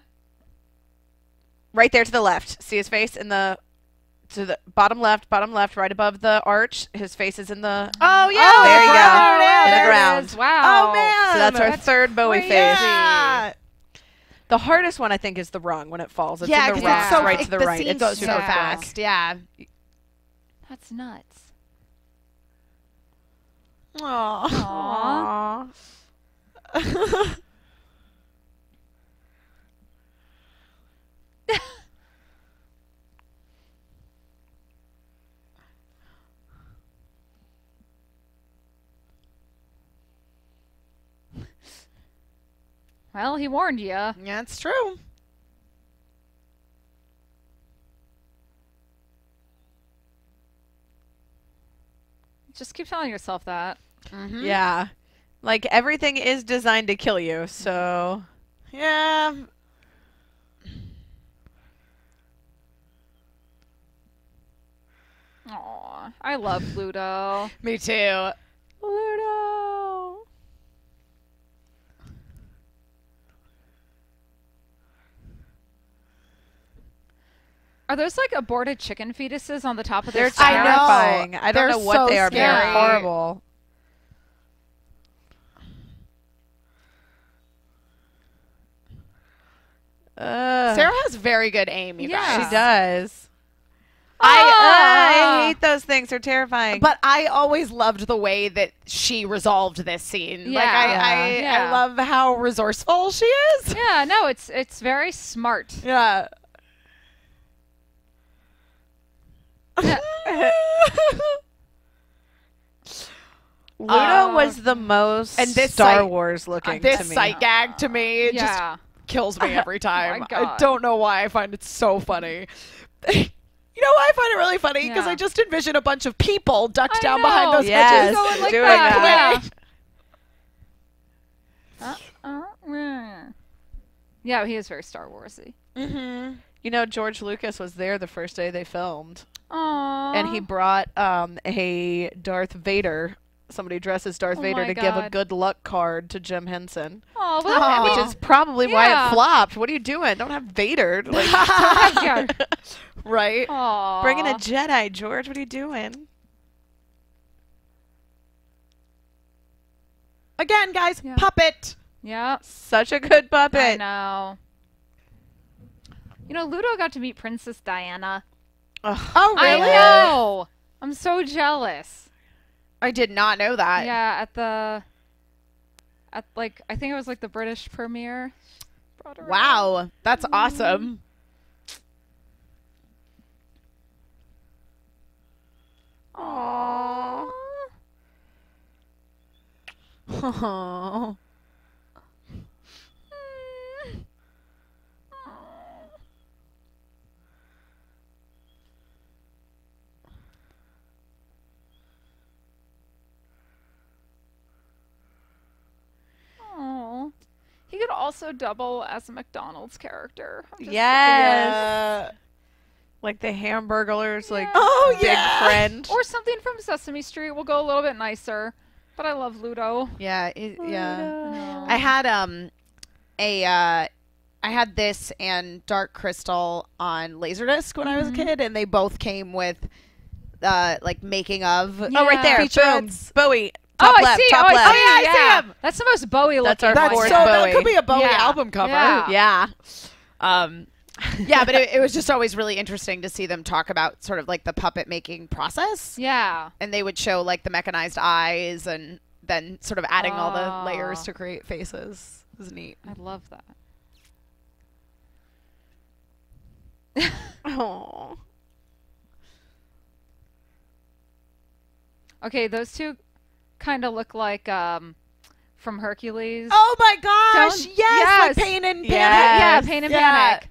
Right there to the left. See his face in the to the bottom left, bottom left, right above the arch. His face is in the Oh yeah, Oh, there you go. yeah, In the there it ground. is. Wow. Oh, man. So that's our That's third Bowie yeah. face. Yeah, The hardest one I think is the wrong when it falls. It's in the 'cause rocks it's so right to the, the right. Scene it's goes super so quick. fast. Yeah. That's nuts. Aww. Aww. Well, he warned you. Yeah, it's true. Just keep telling yourself that. Hmm? Yeah. Like everything is designed to kill you, so Yeah. Aw, I love Pluto. Me too. Pluto. Are those like aborted chicken fetuses on the top of their They're staff? I know. terrifying. I, don't They're know what so they are, but they're scary. horrible. Ugh, Sarah has very good aim, you Uh. Yeah. guys. she does. uh, Ah. I, I hate those things. They're terrifying. Ah. But I always loved the way that she resolved this scene. Like I, Yeah. I, Yeah. I love how resourceful she is. Yeah, no, it's it's very smart. Yeah. Luna Uh, was the most and this Star site- Wars looking to this me. sight gag to me it just yeah. Oh kills me every time. I God. don't know why. I find it so funny. you know why I find it really funny? Because Yeah. I just envision a bunch of people ducked I down behind know. those Yes, hedges. Going like doing that. that. Yeah. Uh, uh, uh. yeah, he is very Star Warsy. You know, George Lucas was there the first day they filmed, Aww. and he brought um, a Darth Vader. Somebody dressed as Darth Oh Vader my to give a God. good luck card to Jim Henson, Oh, well, that- which is probably why Yeah. it flopped. What are you doing? Don't have Vader. Like, yeah. Right? Aw. bring in a Jedi, George. What are you doing? Again, guys, Yeah. puppet. Yeah. Such a good I puppet. know. You know, Ludo got to meet Princess Diana. Ugh. Oh, I know. I'm so jealous. I did not know that. yeah, at the at like I think it was like the British premiere. Brought her out. Wow, that's Mm-hmm. awesome. Aww. Aw. He could also double as a McDonald's character. I'm just- Yes. Uh, Like the Hamburglers, like Oh big yeah. friend. Or something from Sesame Street will go a little bit nicer. But I love Ludo. Yeah, it, yeah. uh, No. I had um a uh I had this and Dark Crystal on Laserdisc when I was a Mm-hmm. kid and they both came with uh like making of Oh, right there. Boom. featurettes. Bowie. oh, Top I left. see. Top oh, left. I see. Oh, yeah, I see yeah. him. That's the most Bowie looking. That's our That's fourth so that Bowie. could be a Bowie Yeah. album cover. Yeah. yeah. Um yeah, but it, it was just always really interesting to see them talk about sort of like the puppet making process. Yeah. and they would show like the mechanized eyes and then sort of adding all Ah. the layers to create faces. It was neat. I love that. Oh. Okay, those two kind of look like um from Hercules. Oh my gosh! Don't- Yes, yes. yes, pain and panic. Yeah. yeah, yes. pain and Yeah. panic.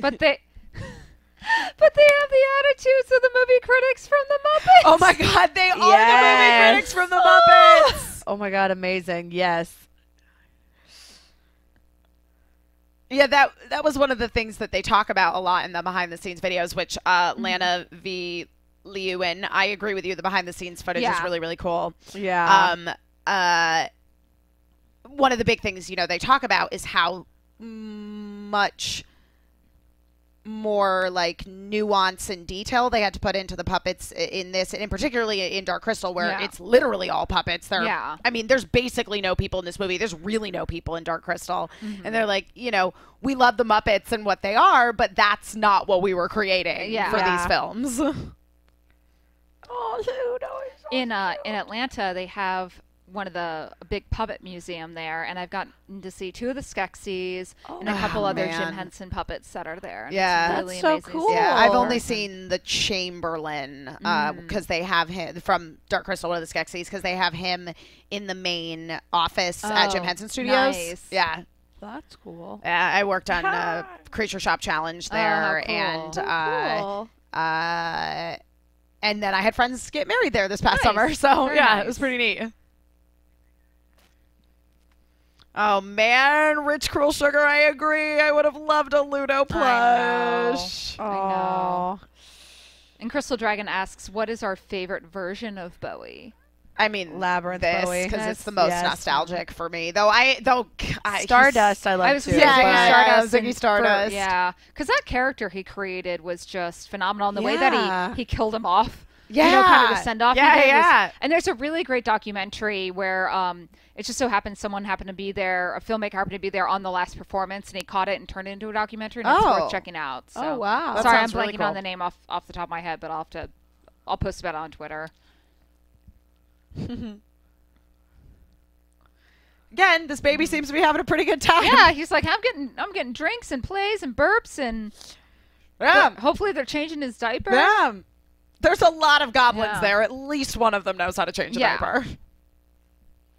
but they but they have the attitudes of the movie critics from the Muppets. Oh my god, they are the movie critics Yes. from the Muppets. Oh my god, amazing. Yes. yeah, that that was one of the things that they talk about a lot in the behind the scenes videos. Which uh, Lana V. Liu and I agree with you. The behind the scenes footage is Yeah. really really cool. Yeah. um uh one of the big things you know they talk about is how much more like nuance and detail they had to put into the puppets i- in this and in particularly in dark crystal where Yeah. it's literally all puppets there Yeah. i mean there's basically no people in this movie there's really no people in dark crystal Mm-hmm. and they're like you know we love the muppets and what they are but that's not what we were creating Yeah. for Yeah. these films Oh, in uh, in Atlanta, they have one of the a big puppet museum there, and I've gotten to see two of the Skeksis and a couple Oh, wow. other Oh Man. Jim Henson puppets that are there. and it's Yeah. really That's so amazing to cool. see Yeah, in I've only person. seen the Chamberlain because Mm. they have him from Dark Crystal, one of the Skeksis, because they have him in the main office at Jim Oh, Henson Studios. nice. Yeah, That's cool. yeah. I worked on uh, Creature Shop Challenge Oh, how there, cool. and Oh, uh, cool. uh, and then I had friends get married there this past Nice. summer. So Very yeah, it nice. was pretty neat. Oh man, Rich Cruel Sugar, I agree. I would have loved a Ludo know. plush. I know. And Crystal Dragon asks, "What is our favorite version of Bowie?" I mean, Labyrinth this Bowie. because Yes, it's the most yes. nostalgic for me. Though I though I, Stardust, I love I was too. thinking Yeah, yeah, but- yeah. Ziggy and- for- Stardust. yeah, because that character he created was just phenomenal. And the way that Yeah. he he killed him off you know, kind of Yeah. the send off. Yeah, yeah. And there's a really great documentary where um, it just so happened someone happened to be there, a filmmaker happened to be there on the last performance, and he caught it and turned it into a documentary, and it's Oh. worth checking out. So. Oh, wow. That Sorry, I'm sounds blanking really cool. on the name off off the top of my head, but I'll have to, I'll post about it on Twitter. Again, this baby seems to be having a pretty good time. Yeah, he's like, I'm getting, I'm getting drinks and plays and burps and Yeah. hopefully they're changing his diaper. Yeah. There's a lot of goblins Yeah. there. At least one of them knows how to change a Yeah. diaper.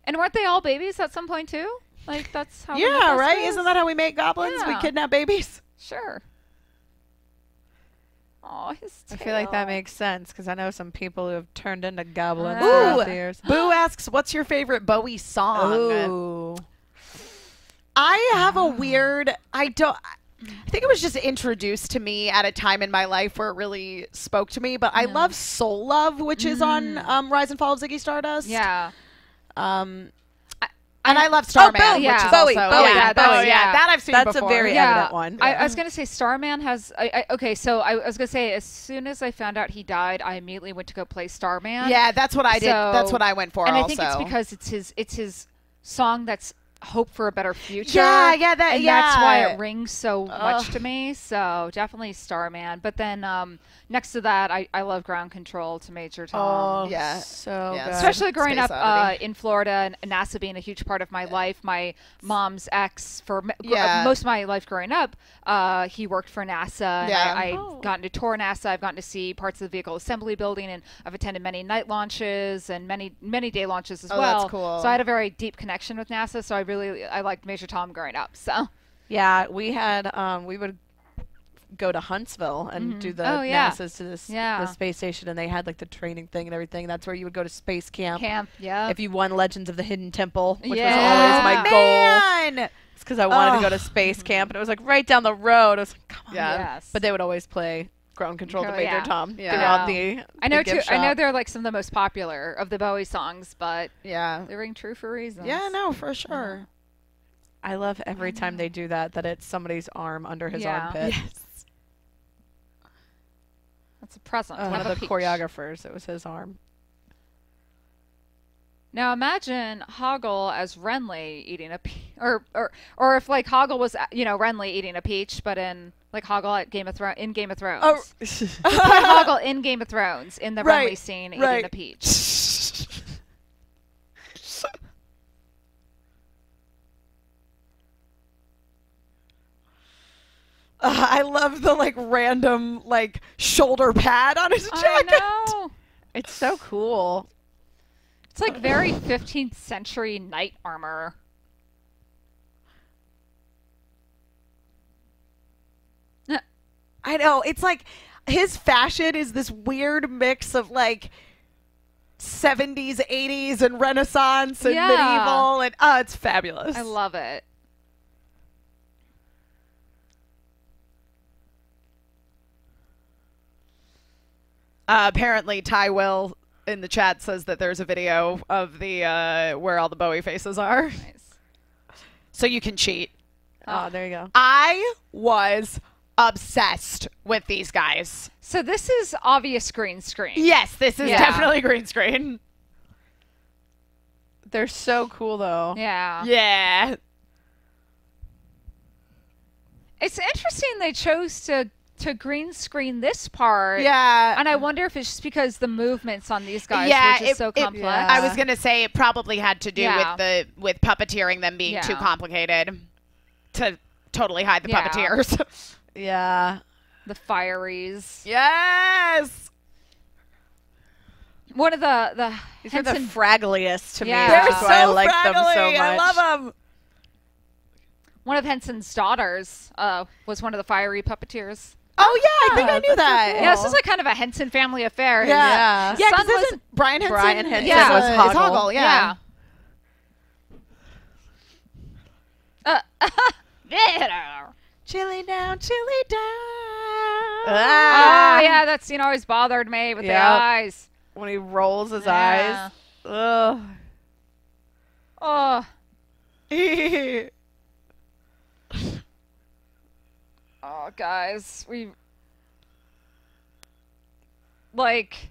And weren't they all babies at some point too? Like that's how. the Yeah, mythos right? is? Isn't that how we make goblins? We Yeah. kidnap babies. Sure. Oh, his I tail. feel like that makes sense because I know some people who have turned into goblins Ooh. throughout the years. Boo asks, "What's your favorite Bowie song?" Ooh. I have a weird. I don't. I think it was just introduced to me at a time in my life where it really spoke to me. But I love Soul Love, which is on um, Rise and Fall of Ziggy Stardust. Yeah. Um, and I, love Starman, Bowie, which oh, yeah. is Bowie, also Bowie, yeah, Bowie, Bowie, yeah. yeah, that I've seen That's a before. very yeah. evident one. I, I was gonna say Starman has. I, I, okay, so I, I was gonna say as soon as I found out he died, I immediately went to go play Starman. Yeah, that's what I did. So- that's what I went for. and also. I think it's because it's his. It's his song that's hope for a better future. Yeah, yeah, that- and that's why yeah. it rings so much to me. So definitely Starman. But then um, next to that, I, I love Ground Control to Major Tom. Oh, Yeah. So Yeah. good. especially growing Space up uh, Oddity. in Florida and NASA being a huge part of my life. My mom's ex for m- gr- uh, Yeah. most of my life growing up, uh, he worked for NASA. And Yeah. I, I've gotten to tour NASA. I've gotten to see parts of the vehicle assembly building, and I've attended many night launches and many many day launches as Oh, well. that's cool. So I had a very deep connection with NASA. So I really I liked Major Tom growing up. So Yeah, we had um we would go to Huntsville and do the Oh, yeah. NASA's to this Yeah. the space station and they had like the training thing and everything. That's where you would go to space camp. camp, yeah. If you won Legends of the Hidden Temple, which was always Yeah. my goal, Oh, Man! it's because I wanted to go to space camp, and it was like right down the road. I was like, come on. Yeah. Yes. But they would always play Ground Control to Control, Major yeah. Tom Yeah. throughout the. I know the too. gift I know shop. they're like some of the most popular of the Bowie songs, but Yeah. they ring true for reasons. Yeah, no, for sure. I love every time they do that. That it's somebody's arm under his Mm-hmm. Yeah. armpit. That's a present. Uh, One Have of a the peach. choreographers, it was his arm. Now imagine Hoggle as Renly eating a pe- or or or if like Hoggle was uh, you know Renly eating a peach, but in like Hoggle at Game of Thrones in Game of Thrones. Oh. Hoggle in Game of Thrones in the Right, Renly scene right. eating a peach. Uh, I love the like random like shoulder pad on his I jacket. know. It's so cool. It's like very 15th century knight armor. I know. It's like his fashion is this weird mix of like 70s, 80s, and Renaissance and Yeah. medieval, and uh, it's fabulous. I love it. Uh, apparently, Ty Will in the chat says that there's a video of the uh, where all the Bowie faces are, Nice. so you can cheat. Oh, there you go. I was obsessed with these guys. So this is obvious green screen. Yes, this is Yeah. definitely green screen. They're so cool though. Yeah. Yeah. It's interesting they chose to to green screen this part. Yeah. And I wonder if it's just because the movements on these guys Yeah, were just it- so it- complex. I was gonna say it probably had to do Yeah. with the with puppeteering them being too Yeah. complicated to totally hide the Yeah. puppeteers. Yeah. the fieries. yes. One of the the These are the Henson fraggliest to Yeah. me. which They're is why I so like them so fraggly. much. I love him. one of Henson's daughters uh, was one of the fiery puppeteers. Oh yeah, I think I knew that. Yeah, this is like kind of a Henson family affair. Yeah, Yeah. yeah. 'cause Son was- isn't Brian Henson. Brian Henson Yeah. was is Hoggle. Hoggle, yeah. Yeah. Uh, Chilly down, chilly down. Ah. oh yeah, that scene always bothered me with Yep. the eyes. When he rolls his Yeah. eyes. Ugh. Oh, oh, guys, we like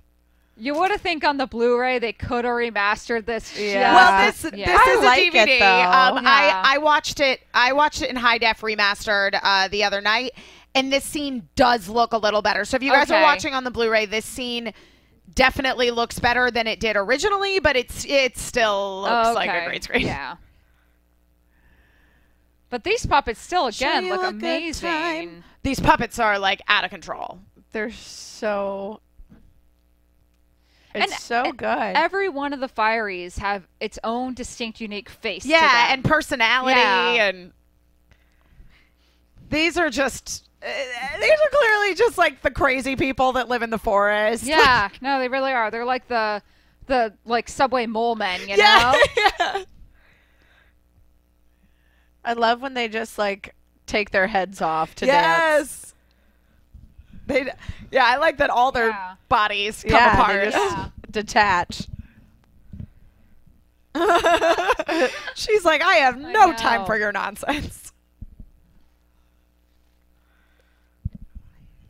You would have think on the Blu-ray they could have remastered this. Yeah. just- Uh, well, this this yeah. I is like a it, DVD. though. um, Yeah. I I watched it. I watched it in high def remastered uh, the other night, and this scene does look a little better. So if you guys are Okay. watching on the Blu-ray, this scene definitely looks better than it did originally, but it's it still looks like a Okay. great screen. Yeah. But these puppets still again you look a good amazing. time. These puppets are like out of control. They're so. And- It's so and e-, good. Every one of the fireys have its own distinct, unique face. to Yeah, them. and personality Yeah. and these are just uh, these are clearly just like the crazy people that live in the forest. yeah, no, they really are. They're like the the like subway mole men, you Yeah. know. I love when they just like take their heads off to dance. yes. They Yeah, I like that all their Yeah. bodies come Yeah, apart. they just Yeah. detach. She's like, I have I no time know. for your nonsense.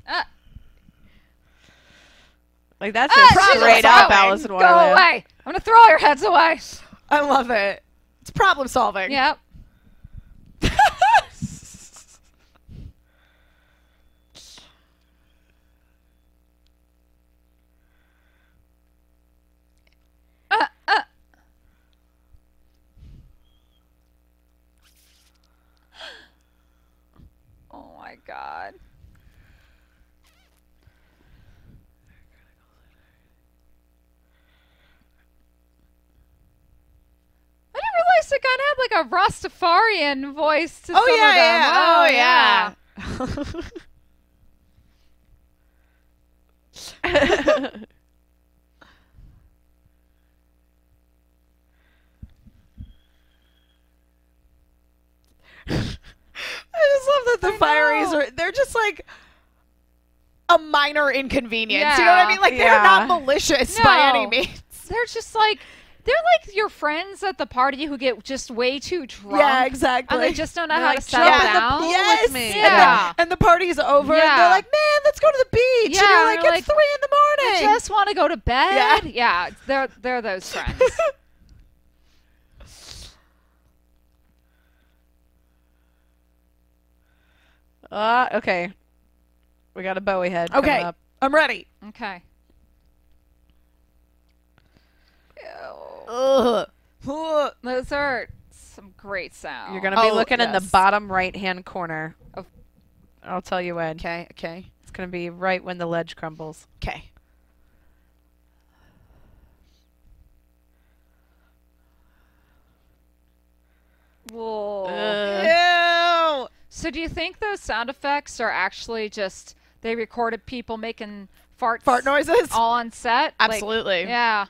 Ah, Like that's ah, just she's straight just up going. Alice in Go Wonderland. away! I'm gonna throw your heads away. I love it. It's problem solving. Yep. Uh, uh. Oh my god. I didn't realize the gun had like a Rastafarian voice to Oh some yeah, of them. yeah. Oh, oh yeah. I just love that the fireys are they're just like a minor inconvenience. You know what I Yeah. mean? Like Yeah. they're not malicious by any No. means. They're just like they're like your friends at the party who get just way too drunk. Yeah, exactly. And they just don't know They're how like, to settle "Jump in the down. pool." yes. with me. And, Yeah. the, and the party's over, and Yeah. they're like, "Man, let's go to the beach." Yeah, and and you're you're like, "It's like, three in the I morning." just want to go to bed. Yeah. Yeah, it's- they're they're those friends. Uh, okay. We got a Bowie head. coming okay, Up. I'm ready. okay. Ugh. Ugh. Those are some great sounds. You're going to be Oh, looking in the yes. bottom right hand corner. Of- I'll tell you when. Okay, okay, It's going to be right when the ledge crumbles. okay. Whoa. Ew. So do you think those sound effects are actually just they recorded people making farts Fart noises. all on set? Like, Absolutely. yeah.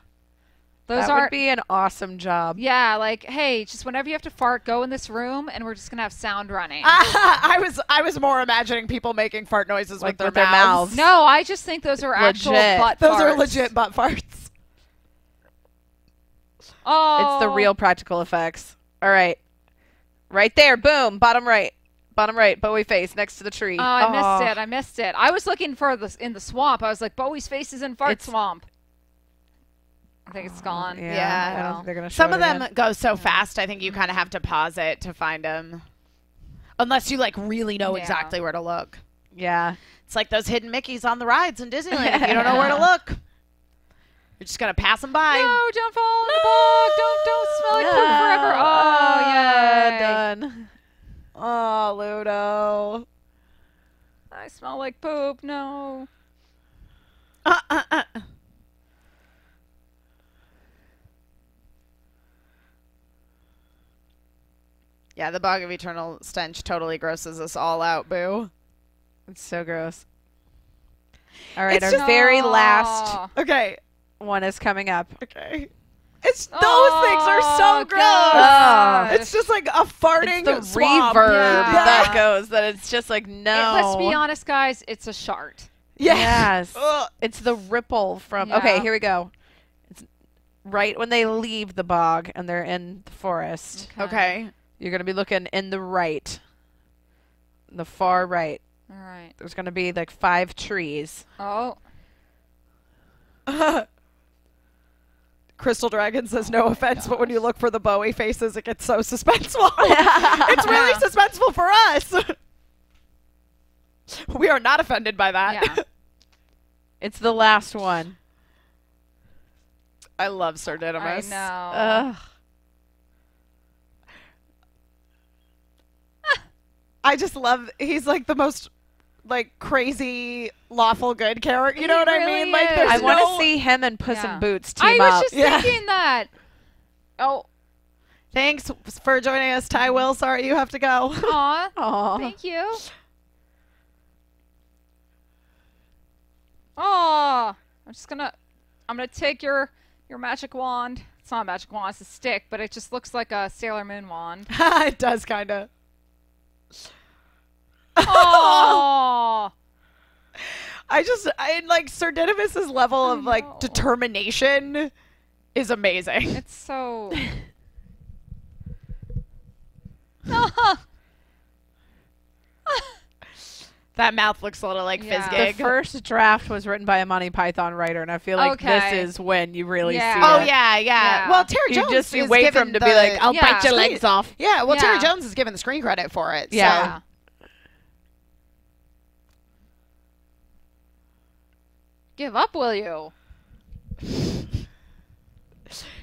Those that are would be an awesome job. yeah, like hey, just whenever you have to fart, go in this room and we're just gonna have sound running. Uh, I was I was more imagining people making fart noises Like with, their, with their mouths. no, I just think those are actual Legit. butt Those are farts. legit butt farts. Oh, It's the real practical effects. All right. Right there. Boom. Bottom right. Bottom right. Bowie face next to the tree. Oh, I Aw. missed it. I missed it. I was looking for the in the swamp. I was like, Bowie's face is in fart It's- swamp. I think it's gone. Yeah. Yeah. I don't Well. think they're going to Some of them go so fast, I think you kind of have to pause it to find them. Unless you like really know Yeah. exactly where to look. Yeah. It's like those hidden Mickeys on the rides in Disneyland. you don't know where to look. You're just gonna pass them by. No, don't fall in the bog. Don't don't smell like poop forever. Oh yeah, yeah. Ah, Done. Oh, Ludo. I smell like poop. No. Uh, uh, uh. Yeah, the bog of eternal stench totally grosses us all out, boo. It's so gross. All right, It's our just- very last Aw. Okay, one is coming up. okay. It's those Oh, things are so gross. gosh. Oh, It's just like a farting It's the swamp. reverb Yeah. that goes that it's just like no. It- let's be honest, guys. It's a shart. Yeah. Yes. Ugh. it's the ripple from. Okay, Yeah. here we go. It's right when they leave the bog and they're in the forest. Okay. You're gonna be looking in the right, the far right. All right. There's gonna be like five trees. Oh. Crystal Dragon says no offense, but when you look for the Bowie faces, it gets so suspenseful. it's really suspenseful for us. we are not offended by that. Yeah. It's the last one. I love Sir I Didymus. know. Ugh. I just love. He's like the most like crazy lawful good character. You know He what I really mean? Like is. there's I want no- to see him and Puss Yeah. in Boots I team was up. just Yeah. thinking that. Oh, thanks for joining us, Ty. Will sorry you have to go. Aw, Aw. thank you. Aw, I'm just gonna, I'm gonna take your your magic wand. It's not a magic wand; it's a stick, but it just looks like a Sailor Moon wand. it does kind of. Aw. I just I and, like Sir Didymus's level of like know. determination is amazing. It's so. That mouth looks a little like Yeah. The Fizgig. first draft was written by a Monty Python writer, and I feel like Okay. this is when you really Yeah. see. oh it. yeah, yeah, Yeah. Well, Terry You Jones just is wait for given him to the, be like, "I'll Yeah. bite your legs off." yeah. Well, Terry Yeah. Jones is given the screen credit for it. so- Yeah. Give up, will you?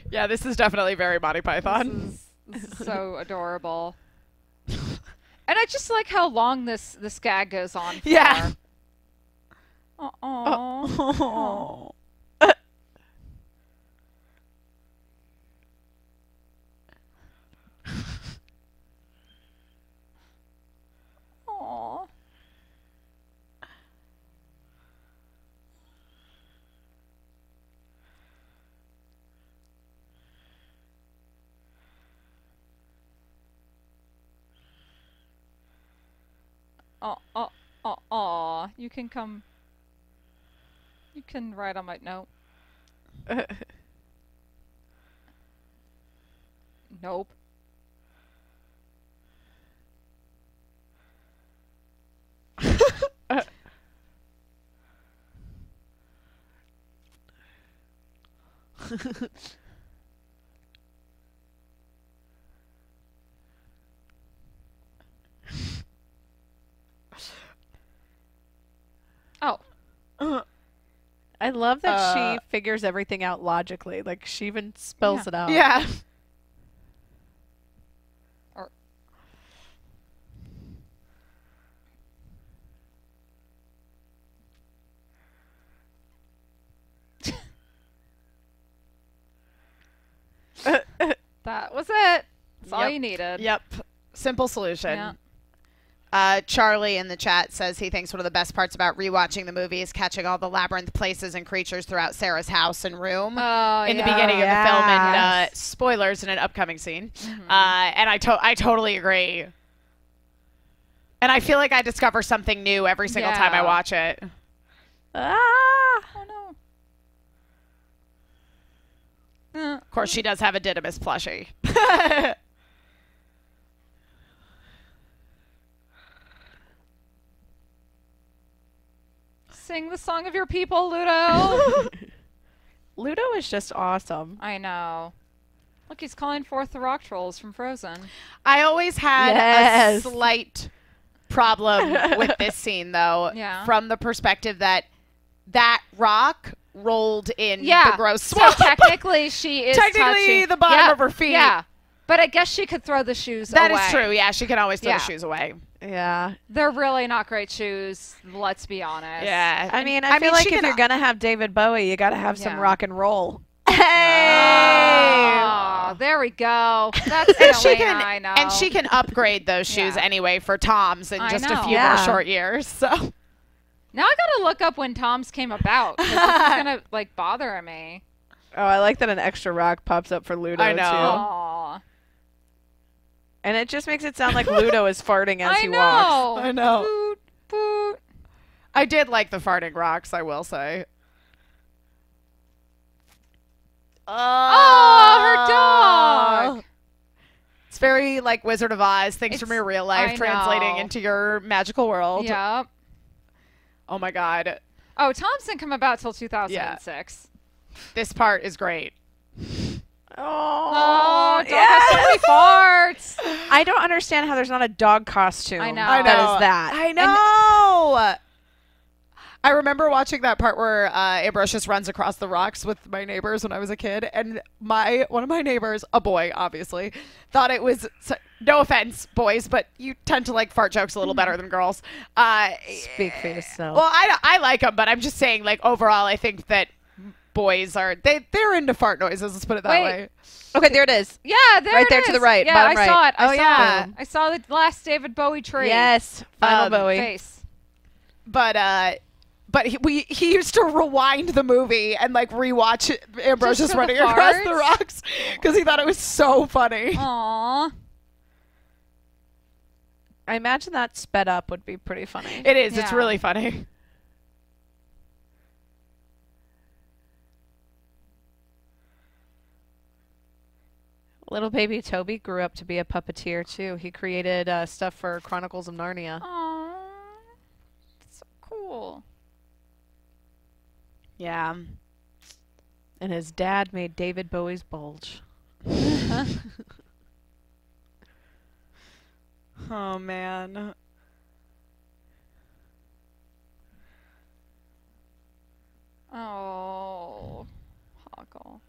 yeah. This is definitely very Monty Python. This is- this is so adorable. And I just like how long this this gag goes on. For. Yeah. Uh oh. Oh. Aw. Aw, aw, aw, aw. oh, You can come. You can ride on my. No. nope. Oh. I love that Uh, she figures everything out logically. Like she even spells Yeah. it out. Yeah. That was it. That's all Yep. you needed. Yep. Simple solution. Yeah. Uh, Charlie in the chat says he thinks one of the best parts about rewatching the movie is catching all the labyrinth places and creatures throughout Sarah's house and room Oh, in the yeah. beginning of the film and uh, Yes. spoilers in an upcoming scene. Mm-hmm. Uh, and I to- I totally agree. And I feel like I discover something new every single time I Yeah. watch it. Ah. Oh no. Uh, Of course, she does have a Didymus plushie. sing the song of your people, Ludo. Ludo is just awesome. I know. Look, he's calling forth the rock trolls from Frozen. I always had a Yes. slight problem with this scene, though, Yeah. from the perspective that that rock rolled in Yeah. the gross So swamp. technically, she is Technically, touching- the bottom Yeah, of her feet. Yeah, but I guess she could throw the shoes. That is away. true. Yeah, she can always throw Yeah. the shoes away. Yeah. They're really not great shoes. Let's be honest. Yeah, I mean, I, feel like she if can- you're gonna have David Bowie, you gotta have some Yeah. rock and roll. Ah. Oh, there we go. That's and Elena, she can, I know. and she can upgrade those shoes Yeah. anyway for Tom's in I just a know. few more Yeah. short years. So Now I gotta look up when Tom's came about. 'cause This is gonna like bother me. Oh, I like that an extra rock pops up for Ludo I know. too, Aw. and it just makes it sound like Ludo is farting as I he walks. know. know. Boot, boot. I did like the farting rocks. I will say. Oh, her dog. It's very like Wizard of Oz, things from It's- your real life I translating know. into your magical world. Yep. Oh my god. Oh, Thompson come about till 2006. This part is great. Oh, Oh, dog has so many farts. I don't understand how there's not a dog costume. I know. That is that. I And- know. I remember watching that part where uh, Ambrosius runs across the rocks with my neighbors when I was a kid, and my one of my neighbors, a boy, obviously, thought it was. So, no offense, boys, but you tend to like fart jokes a little better than girls. Uh, Speak for yourself. well, I I like them, but I'm just saying, like overall, I think that boys are they they're into fart noises. Let's put it that Wait. way. okay, there it is. Yeah, there Right it there to the is. right, Yeah, I bottom saw right. it. I Oh, saw yeah. it. I saw the last David Bowie tree. Yes, final um, Bowie. Face. but uh but he, we he used to rewind the movie and like rewatch it, Ambrosius for the running across the farts? Oh, rocks because he thought it was so funny. Aw. I imagine that sped up would be pretty funny. It is. It's Yeah. really funny. Little baby Toby grew up to be a puppeteer too. He created uh, stuff for Chronicles of Narnia. Oh. Aw. That's so cool. Yeah. And his dad made David Bowie's bulge. Oh man. Oh. Hoggle.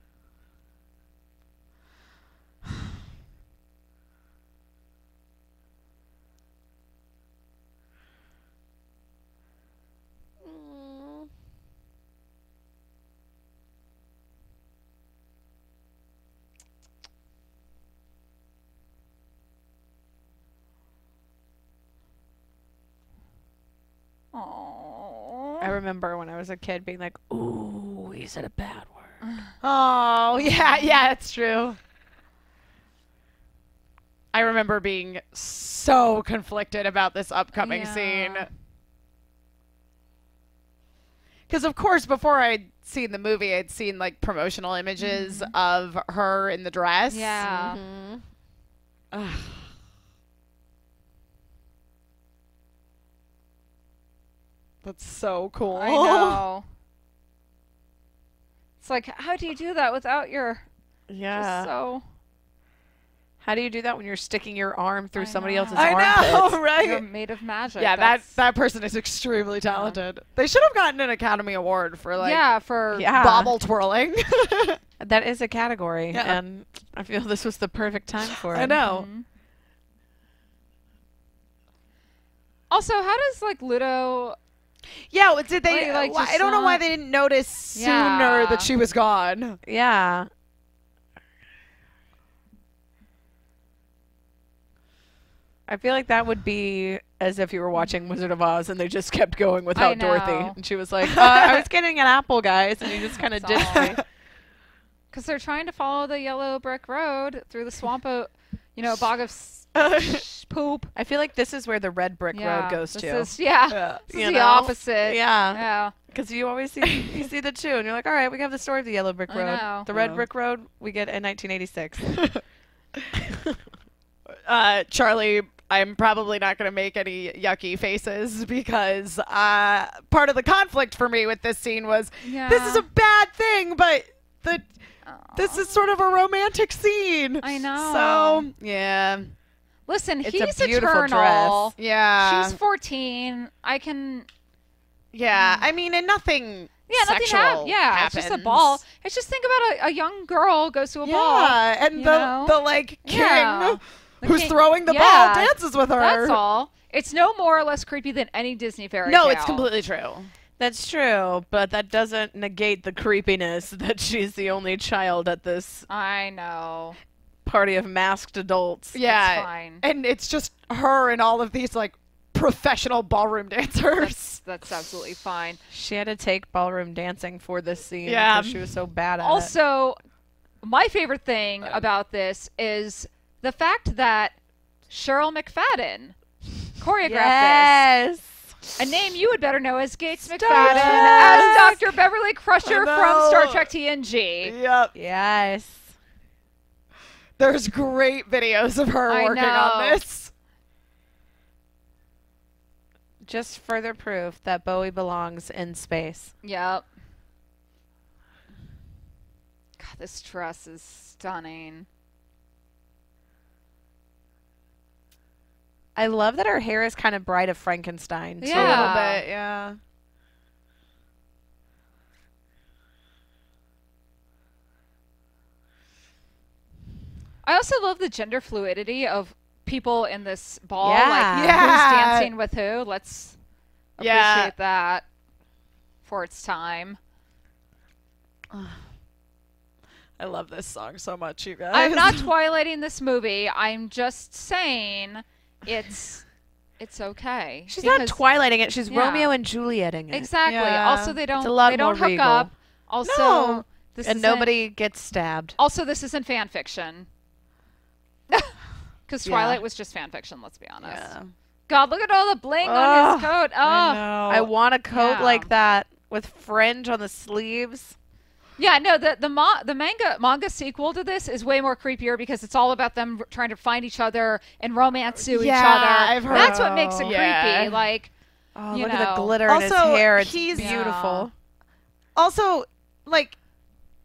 Oh. Oh. I remember when I was a kid being like, "Ooh, he said a bad word." Oh yeah, yeah. It's true. I remember being so conflicted about this upcoming Yeah. scene. Because of course, before I'd seen the movie, I'd seen like promotional images of her in the dress. Mm-hmm. Yeah. Mm-hmm. that's so cool. I know. It's like, how do you do that without your Yeah. so How do you do that when you're sticking your arm through I somebody know. else's I armpit? know, right? you're made of magic? yeah, that That's, that person is extremely talented. They should have gotten an Academy Award for like yeah for Yeah. bobble twirling. That is a category, Yeah. and I feel this was the perfect time for it. I know. mm-hmm. Also, how does like Ludo? Yeah, well, Wait, did they? Mm-hmm. like, why- I just don't know why not- they didn't notice. Sooner Yeah. that she was gone. Yeah. I feel like that would be as if you were watching Wizard of Oz and they just kept going without Dorothy. know. And she was like, uh, I was getting an apple, guys. And you just kind of That's dissed all. me. Because they're trying to follow the yellow brick road through the swamp of, you know, bog of s- poop. I feel like this is where the red brick road goes this to. Is, yeah, uh, this you is the know? opposite. Yeah. yeah. Because you always see you see the two, and you're like, all right, we have the story of the yellow brick I road. know. The red Yeah. brick road we get in 1986. Uh, Charlie, I'm probably not going to make any yucky faces because uh, part of the conflict for me with this scene was this is Yeah. a bad thing, but the this is sort of a romantic scene. I So yeah, Listen, It's a he's beautiful dress. eternal. yeah, She's 14. I can. yeah. I mean, and nothing. Yeah, nothing sexual hap- Yeah, it's just a happens. ball. It's just think about a, a young girl goes to a ball. Yeah, and you the know? the like king Yeah. The who's king- throwing the Yeah. ball dances with her. That's all. It's no more or less creepy than any Disney fairy tale. No, it's completely true. That's true, but that doesn't negate the creepiness that she's the only child at this I know. party of masked adults. Yeah, fine. and it's just her and all of these like professional ballroom dancers. That's that's absolutely fine. She had to take ballroom dancing for this scene Yeah. because she was so bad at it. Also, my favorite thing about this is the fact that Cheryl McFadden choreographed this. A name you would better know as Gates McFadden Yes. as Dr. Beverly Crusher I from Star know. Trek TNG. Yep, Yes. there's great videos of her I working know. on this. Just further proof that Bowie belongs in space. Yep. God, this dress is stunning. I love that her hair is kind of Bride of Frankenstein. too. Yeah. A little bit, yeah. I also love the gender fluidity of people in this ball. Like, Yeah. who's dancing with who? Let's appreciate Yeah. that for its time. I love this song so much, you guys. I'm not twilighting this movie. I'm just saying it's it's okay. She's not because- twilighting it. She's Yeah. Romeo and Julieting it. Exactly. Yeah. Also, they don't a lot they don't hook more regal. up. Also, No. this And isn't- nobody gets stabbed. Also, this isn't fan fiction. Because Yeah. Twilight was just fan fiction. Let's be honest. Yeah. God, look at all the bling on his coat. I Oh, know. I want a coat yeah. like that with fringe on the sleeves. yeah. No, the the ma- the manga manga sequel to this is way more creepier because it's all about them r- trying to find each other and romance to each Yeah, other. I've heard- That's what makes it Yeah. creepy. Like, Oh, You look at the know. glitter in his Also, hair. It's he's- Yeah. beautiful. also like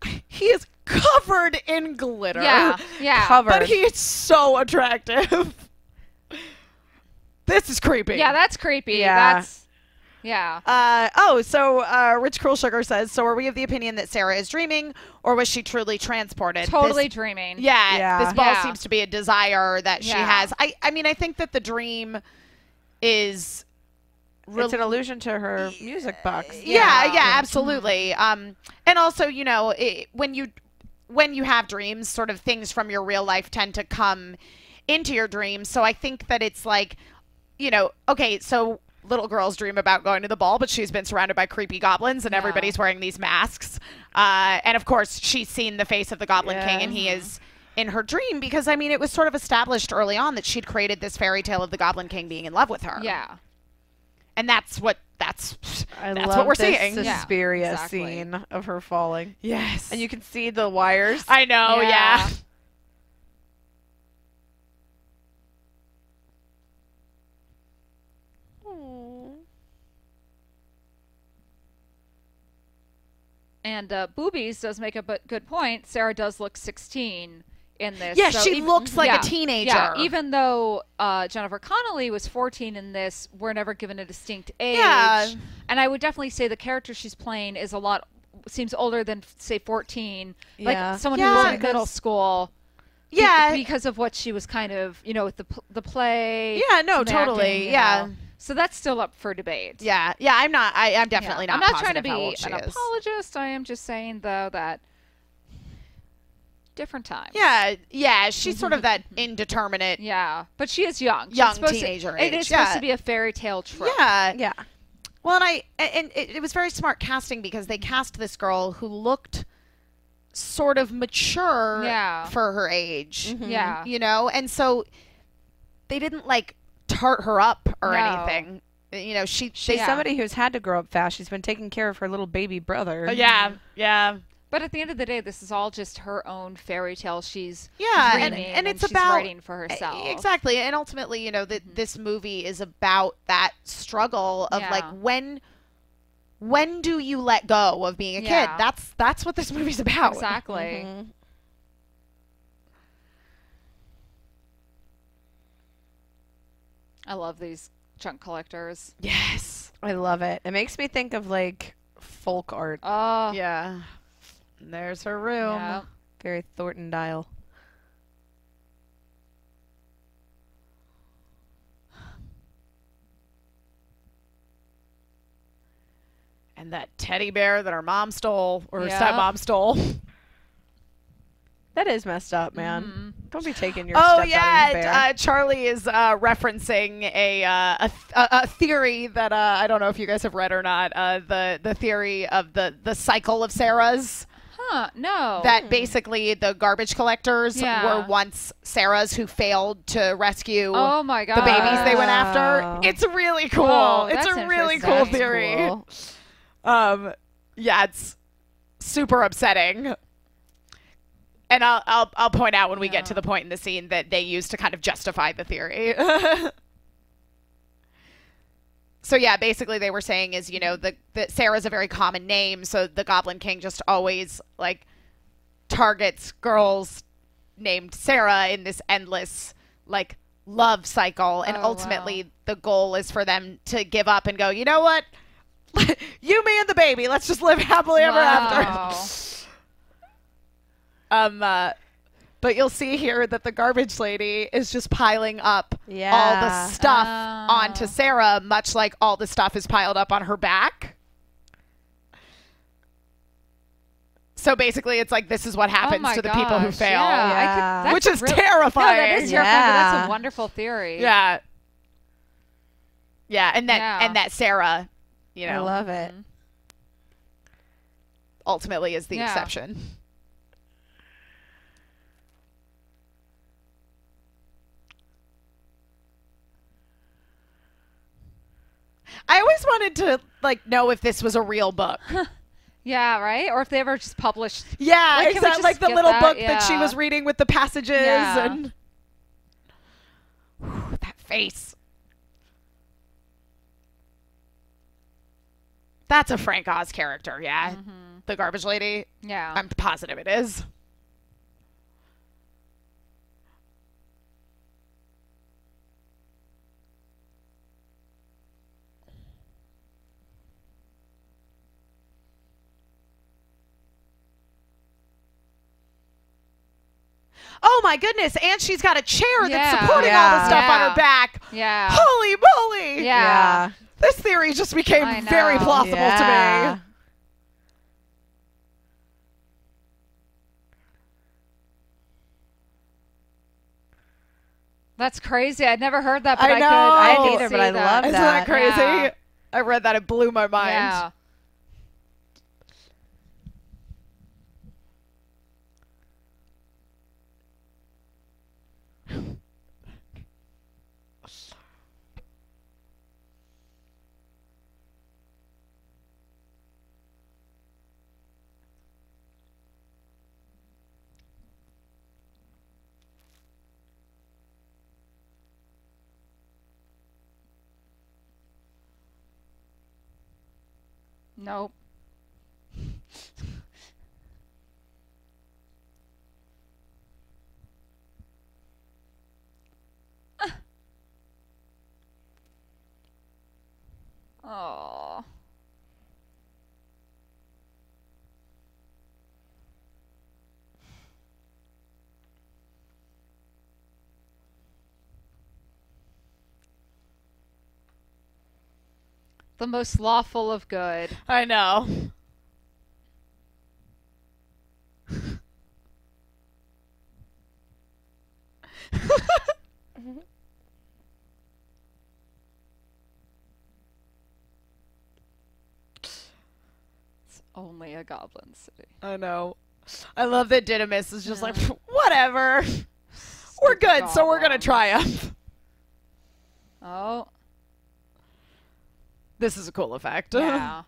he is covered in glitter. yeah, yeah. Covered. But he is so attractive. this is creepy. Yeah, that's creepy. Yeah. That's yeah. Uh, oh, so uh, Rich Cruel Sugar says, so are we of the opinion that Sarah is dreaming, or was she truly transported? Totally This- dreaming. yeah, Yeah. this ball Yeah. seems to be a desire that she Yeah. has. I, I mean, I think that the dream is. rel- it's an allusion to her music box. yeah, yeah, Yeah. Mm-hmm. absolutely. Um, and also, you know, it, when you when you have dreams, sort of things from your real life tend to come into your dreams. So I think that it's like, you know, okay, so little girls dream about going to the ball, but she's been surrounded by creepy goblins, and Yeah. everybody's wearing these masks. Uh, and of course, she's seen the face of the Goblin King, and he is. In her dream, because I mean, it was sort of established early on that she'd created this fairy tale of the Goblin King being in love with her, Yeah. and that's what that's I that's love what we're this seeing. Yeah, Suspiria exactly. scene of her falling. Yes. And you can see the wires. I know, Oh, yeah. Yeah. And uh, boobies does make a bu- good point. Sarah does look 16 in this. Yeah, so she ev- looks like a yeah, teenager. Yeah, even though uh, Jennifer Connelly was 14 in this, we're never given a distinct age. Yeah. And I would definitely say the character she's playing is a lot seems older than say 14, Yeah. like someone who Yeah, was in middle because- school. be- yeah. because of what she was kind of, you know, with the pl- the play. Yeah, no, some acting, totally, you yeah. know. So that's still up for debate. yeah. Yeah, I'm not I I'm Yeah. definitely not I'm not trying to positive how be old she an is. apologist. I am just saying though that different times. Yeah, yeah, she's sort of that indeterminate. Mm-hmm. Yeah, but she is young. She's Young supposed to- teenager It age, is yeah. supposed to be a fairy tale trope. Yeah. Yeah. Well, and I and it, it was very smart casting because they cast this girl who looked sort of mature Yeah. Mm-hmm. for her age. Yeah. You know, and so they didn't like tart her up or No. anything. You know, she She's she Yeah. somebody who's had to grow up fast. She's been taking care of her little baby brother. Uh, yeah, yeah. But at the end of the day, this is all just her own fairy tale. She's Yeah, and- dreaming and it's she's about- e-, writing for herself. Eh, Exactly. And ultimately, you know, that this movie is about that struggle of Mm-hmm. Yeah. like when when do you let go of being a Yeah. kid? That's that's what this movie's about. Exactly. Mm-hmm. I love these junk collectors. Yes. I love it. It makes me think of like folk art, Oh, yeah. Yeah. There's her room. very Thornton Dial. And that teddy bear that her mom stole or her Yeah. stepmom stole. That is messed up, man. Mm-hmm. Don't be taking your oh stepdaughter's bear. yeah, uh, Charlie is uh, referencing a, uh, a, th- a a theory that uh, I don't know if you guys have read or not. Uh, the the theory of the the cycle of Sarahs. Huh? No. that basically the garbage collectors Hmm. Yeah. were once Sarah's who failed to rescue Oh my god. the babies they went Oh. after. It's really cool. Oh, it's that's a really interesting. cool That's theory. Cool. Um, yeah, it's super upsetting. And I'll, I'll, I'll point out when we get to the point in the scene that they use to kind of justify the theory. so yeah, basically they were saying is you know the that Sarah's a very common name, so the Goblin King just always like targets girls named Sarah in this endless like love cycle and Oh, wow. ultimately the goal is for them to give up and go, "You know what? you, me, and the baby. Let's just live happily ever after. Wow. Oh Um uh, but you'll see here that the garbage lady is just piling up all Yeah. the stuff Oh. onto Sarah, much like all the stuff is piled up on her back. So basically, it's like this is what Oh happens my to the people who gosh, fail, yeah. I could- Yeah. that's which a is real- No, terrifying. that is terrifying. but That's Yeah. a wonderful theory. Yeah. Yeah, and that Yeah. and that Sarah, you I know, love it. ultimately is the Yeah. exception. I always wanted to like know if this was a real book. Yeah, right? Or if they ever just published. Yeah, Like, can we exactly. just Like the skip little that? book that she Yeah. was reading with the passages Yeah. and. Whew, that face. That's a Frank Oz character, yeah. Mm-hmm. The garbage lady. Yeah. I'm positive it is. Oh my goodness! And she's got a chair that's Yeah. supporting all the Yeah. stuff on her Yeah. back. yeah. Holy moly! yeah. This theory just I became very know. plausible Yeah. to me. That's crazy. I'd never heard that, but I I, could. know. I I could neither, see but I love that. Isn't that. that crazy? Yeah. I read that; it blew my mind. Yeah. Nope. Oh. The most lawful of good. I know. Only a goblin city. I know. I love that Didymus is just like, Whatever. We're good, so we're gonna Goblins. triumph. Oh, this is a cool effect. yeah.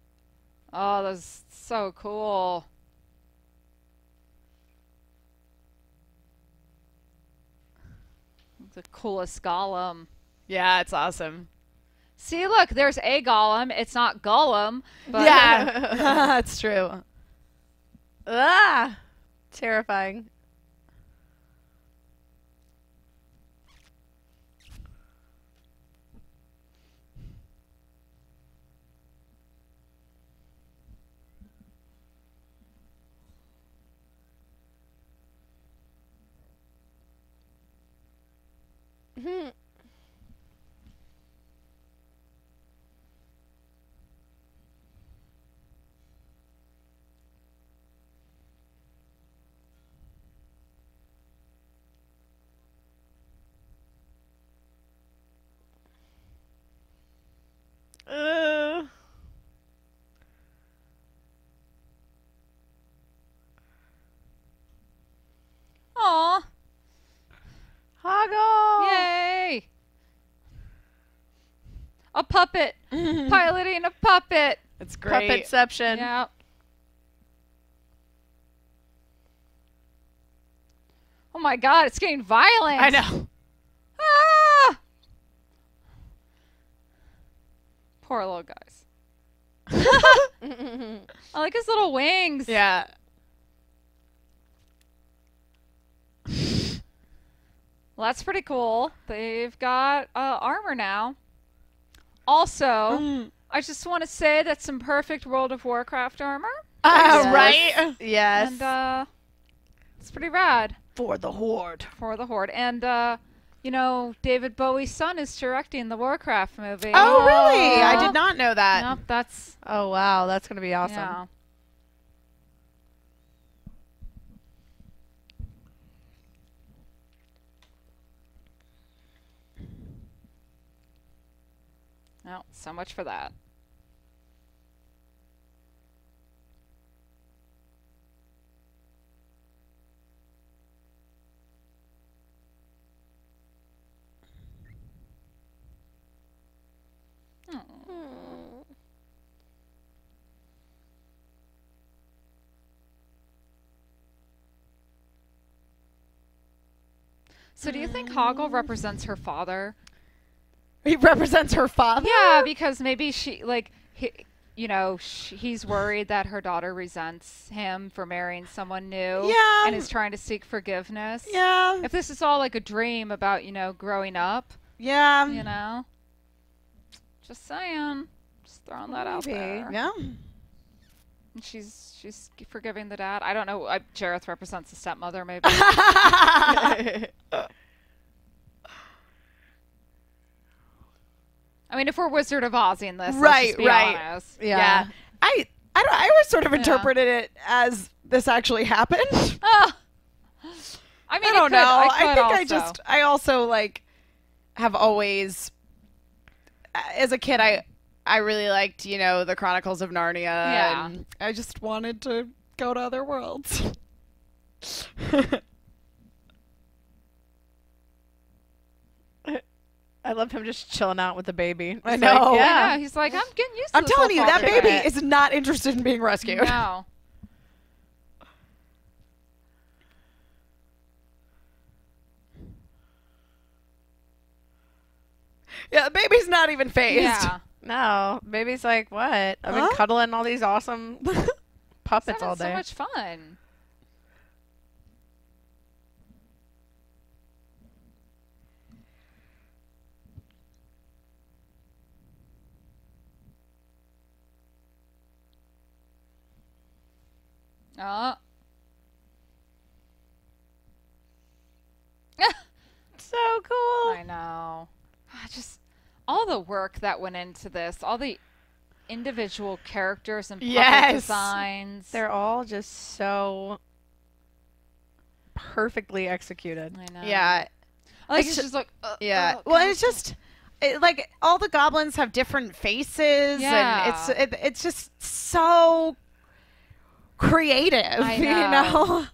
oh, that's so cool. The coolest golem. yeah, it's awesome. See, look, there's a golem. It's not Gollum, but yeah, that's true. Ah, terrifying. Uh, Aw, Hoggle. yay! A puppet piloting a puppet. It's great. Puppetception. Yeah. Oh my god, it's getting violent. I know. Ah! Poor little guys. I like his little wings. Yeah. Well, that's pretty cool. They've got uh, armor now. Also, Mm. I just want to say that's some perfect World of Warcraft armor. Uh, right? Yes. And uh, it's pretty rad For the horde. for the Horde. And, uh, you know, David Bowie's son is directing the Warcraft movie. Oh, really? I Oh. did not know that. Nope, that's Oh wow, that's gonna be awesome. yeah. Well, so much for that. So, do you think Hoggle represents her father? Mm. He represents her father. Yeah, because maybe she like he, you know, sh he's worried that her daughter resents him for marrying someone new Yeah, um, and is trying to seek forgiveness. Yeah. If this is all like a dream about, you know, growing up, Yeah. you know. Just saying. Just throwing that out there. Yeah. And she's she's forgiving the dad. I don't know. I, Jareth represents the stepmother maybe. I mean, if we're Wizard of Oz in this, let's Right, just be right. honest. Yeah. I I don't, I always sort of interpreted it as this actually happened. Ah. I mean, I it don't could- know. I, could think I also. just I also like have always as a kid I I really liked, you know, the Chronicles of Narnia. Yeah. and- I just wanted to go to other worlds. I love him just chilling out with the baby. I He's know. Yeah. Like, yeah. he's like, I'm getting used to I'm this telling you whole that father baby shit." is not interested in being rescued. No. Yeah, the baby's not even phased. Yeah. No. Baby's like, what? I've been Huh? cuddling all these awesome It's puppets all having so day. much fun. Oh. Oh. so cool. I know. I just all the work that went into this, all the individual characters and puppet Yes. designs. They're all just so perfectly executed. I know. Yeah. I Like It's it's ju- just like uh, Yeah. uh, Well, God. and it's just it, like all the goblins have different faces, Yeah. and it's it, it's just so creative, I you know.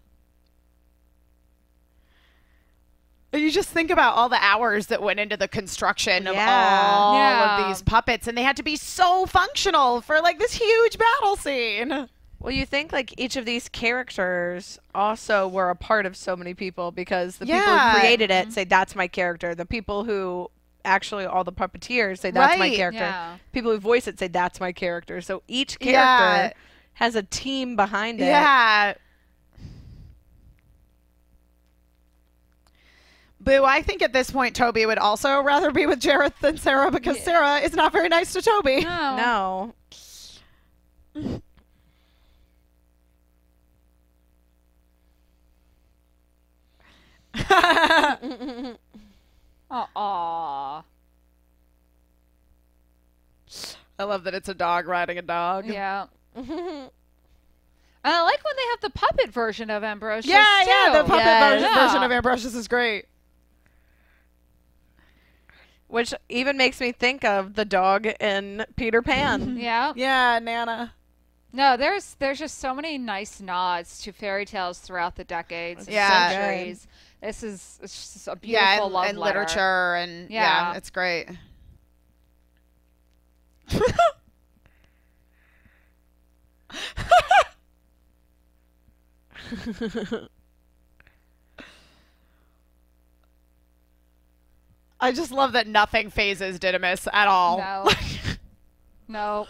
You just think about all the hours that went into the construction of Yeah. all Yeah. of these puppets and they had to be So functional for like this huge battle scene. Well, you think like each of these characters also were a part of so many people because the people Yeah. who created Mm-hmm. it say that's my character. The people who actually all the puppeteers say that's my Right. character. Yeah. People who voice it say that's my character. So each character Yeah. has a team behind it. Yeah. Boo, I think at this point Toby would also rather be with Jareth than Sarah because Sarah is not very nice to Toby. No. No. Oh, aw. I love that it's a dog riding a dog. Yeah. And I like when they have the puppet version of Ambrosius. Yeah, yeah, the too. puppet Yes. version, Yeah. version of Ambrosius is great. Which even makes me think of the dog in Peter Pan. Yeah. Yeah, Nana. No, there's there's just so many nice nods to fairy tales throughout the decades, and Yeah. So good. centuries. This is it's just a beautiful Yeah, and, love and letter. literature and yeah. Yeah. it's great. I just love that nothing phases Didymus at all. No. no.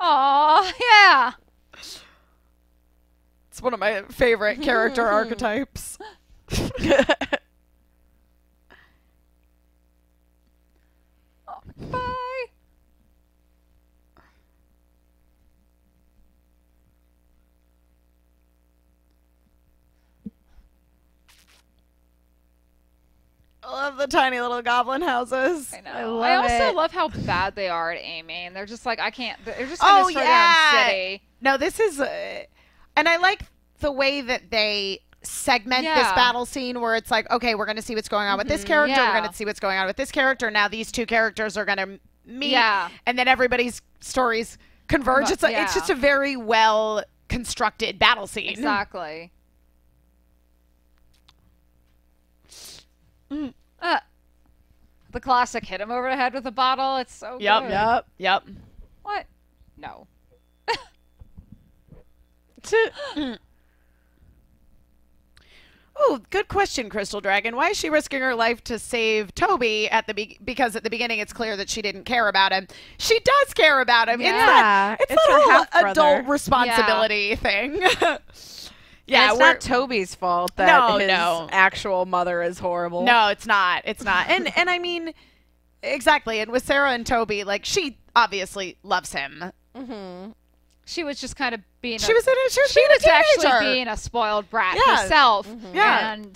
Oh yeah. It's one of my favorite character archetypes. Bye. I love the tiny little goblin houses. I know. I I, love also it. love how bad they are at aiming. They're just like, I can't. They're just gonna Oh destroy yeah. down city. No, this is, uh, and I like the way that they segment this Yeah. Mm-hmm. battle scene where it's like, okay, we're going to see what's going on with this character. We're yeah. going to see what's going on with this character. Now these two characters are going to meet, Yeah. and then everybody's stories converge. Conver- It's like, it's yeah. just a very well constructed battle scene. Exactly. Mm. Uh, the classic hit him over the head with a bottle. It's so Yep. good. Yep. Yep. What? No. Oh, good question, Crystal Dragon. Why is she risking her life to save Toby at the be- because at the beginning it's clear that she didn't care about him. She does care about him. Yeah, It's that, it's it's that her whole half-brother. adult responsibility thing. yeah, it's we're, not Toby's fault that No, his no. actual mother is horrible. no, it's not. It's not. And and I mean, exactly. And with Sarah and Toby, like she obviously loves him. She was just kind of being. She a, was in it. She was, She being was a actually teenager. being a spoiled brat Yeah. herself. Yeah. And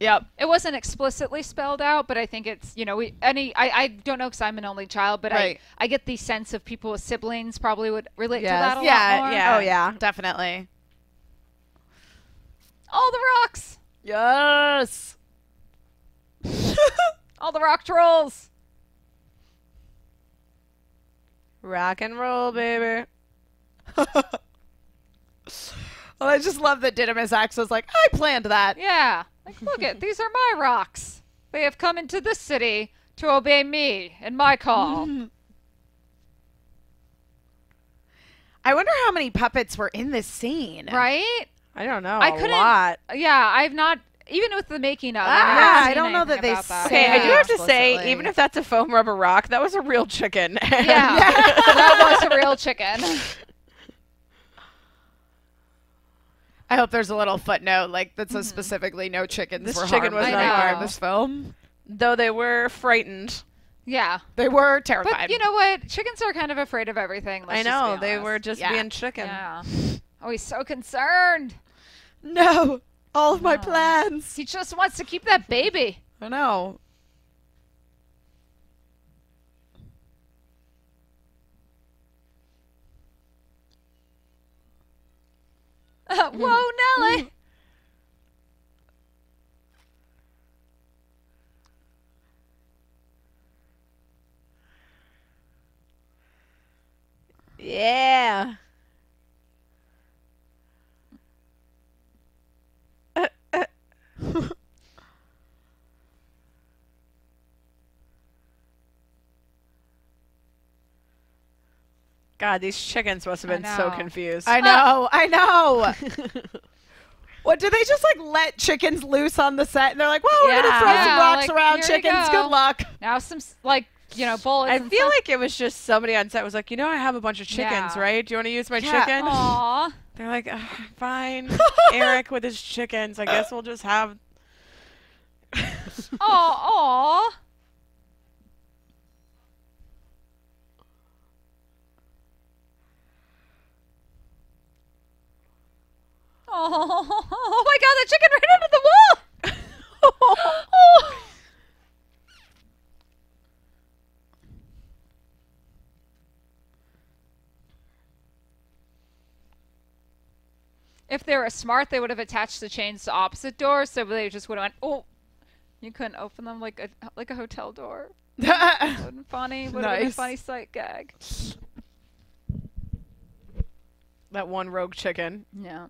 Yep. it wasn't explicitly spelled out, but I think it's you know we any I, I don't know because I'm an only child, but Right. I I get the sense of people with siblings probably would relate Yes. to that a Yeah, lot more. yeah. Oh, yeah. Definitely. All the rocks, Yes. all the rock trolls. Rock and roll, baby. Well, I just love that Didymus Axe was like, I planned that. Yeah, like look at these are my rocks. They have come into this city to obey me and my call. I wonder how many puppets were in this scene. right? I don't know. I a couldn't- lot. Yeah, I've not even with the making of. Ah, I've not yeah, I seen don't know anything that they about that. Okay, I do Yeah. have to say, Explicitly. even if that's a foam rubber rock, that was a real chicken. Yeah, that was a real chicken. I hope there's a little footnote like that says specifically no chickens This were chicken harmed was in not the- in harmed. this film. Though they were frightened. Yeah. They were But terrified. you know what? Chickens are kind of afraid of everything. let's I just know. be They honest. were just Yeah. being chicken. Yeah. Oh, he's so concerned. no, all of my plans. He just wants to keep that baby. I know. Whoa, Nelly. Yeah. God, these chickens must have I been so know. confused. I know. I know. what do they just like let chickens loose on the set and they're like, well, we're gonna Yeah. throw some Yeah, rocks like, around here you chickens. go. Good luck. Now some s- like you know bullets. I and feel stuff. like it was just somebody on set was like, you know, I have a bunch of chickens, Yeah. Oh. right? Do you want to use my Yeah. chicken? Aw. They're like, "Ugh, fine. Eric with his chickens. I guess we'll just have. Aw. Aw. Oh, oh my god, that chicken ran into the wall! If they were smart, they would have attached the chains to opposite doors, so they just would have went, oh, you couldn't open them like a like a hotel door. yeah, Wouldn't funny. Would have been a Nice. funny sight gag. That one rogue chicken. Yeah.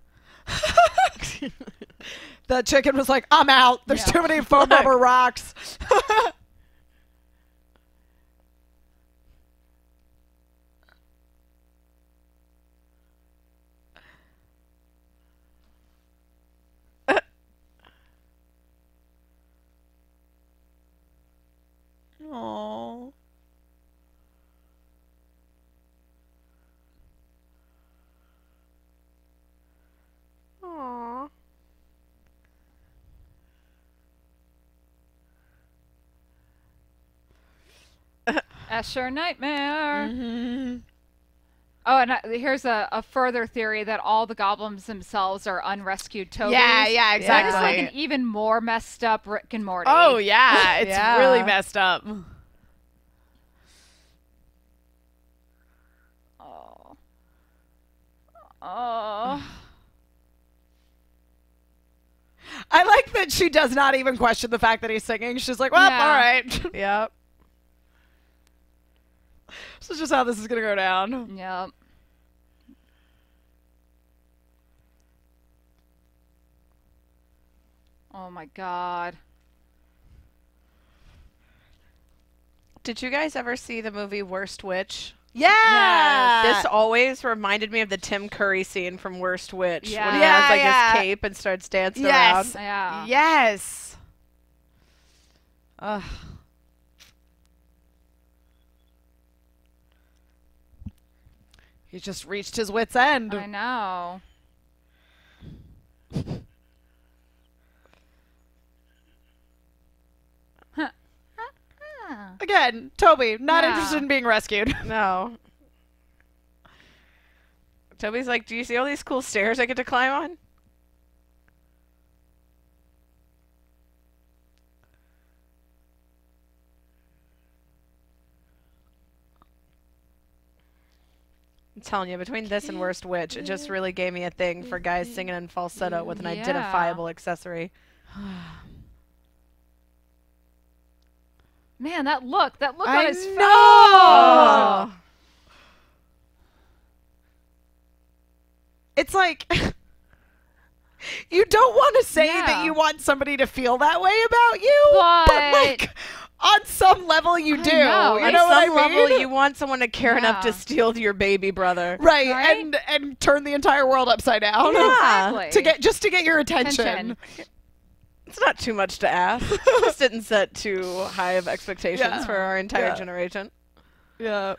the chicken was like, I'm out. There's Yeah. too many foam rubber rocks. Oh. Aww. That's your nightmare. Mm-hmm. Oh, and I, here's a, a further theory that all the goblins themselves are unrescued toadies. Yeah, yeah, That is like exactly. an even more messed up Rick and Morty. Oh yeah, it's Yeah. really messed up. Oh. Oh. I like that she does not even question the fact that he's singing. She's like, well, Yeah. all right. Yep. this is just how this is going to go Mm. down. Yep. Oh my god. Did you guys ever see the movie Worst Witch? Yeah. Uh, this always reminded me of the Tim Curry scene from Worst Witch when he Yeah. has like Yeah, yeah. his cape and starts dancing Yes. around. Yeah. Yes. Ugh. He just reached his wit's end. I know. Again, Toby, not Yeah. interested in being rescued. No. Toby's like, "Do you see all these cool stairs I get to climb on?" I'm telling you, between this and Worst Witch, it just really gave me a thing for guys singing in falsetto with an Yeah. identifiable accessory. Man, that look, that look on I his face. know. Oh. It's like you don't want to say Yeah. that you want somebody to feel that way about you, but, But- like on some level you do. know, You like, know some what I mean? level, you want someone to care enough Yeah. to steal your baby brother. right, Right? and and turn the entire world upside down Yeah. Exactly. to get just to get your attention. Attention. It's not too much to ask. Just didn't set too high of expectations Yeah. for our entire Yeah. generation. Yeah.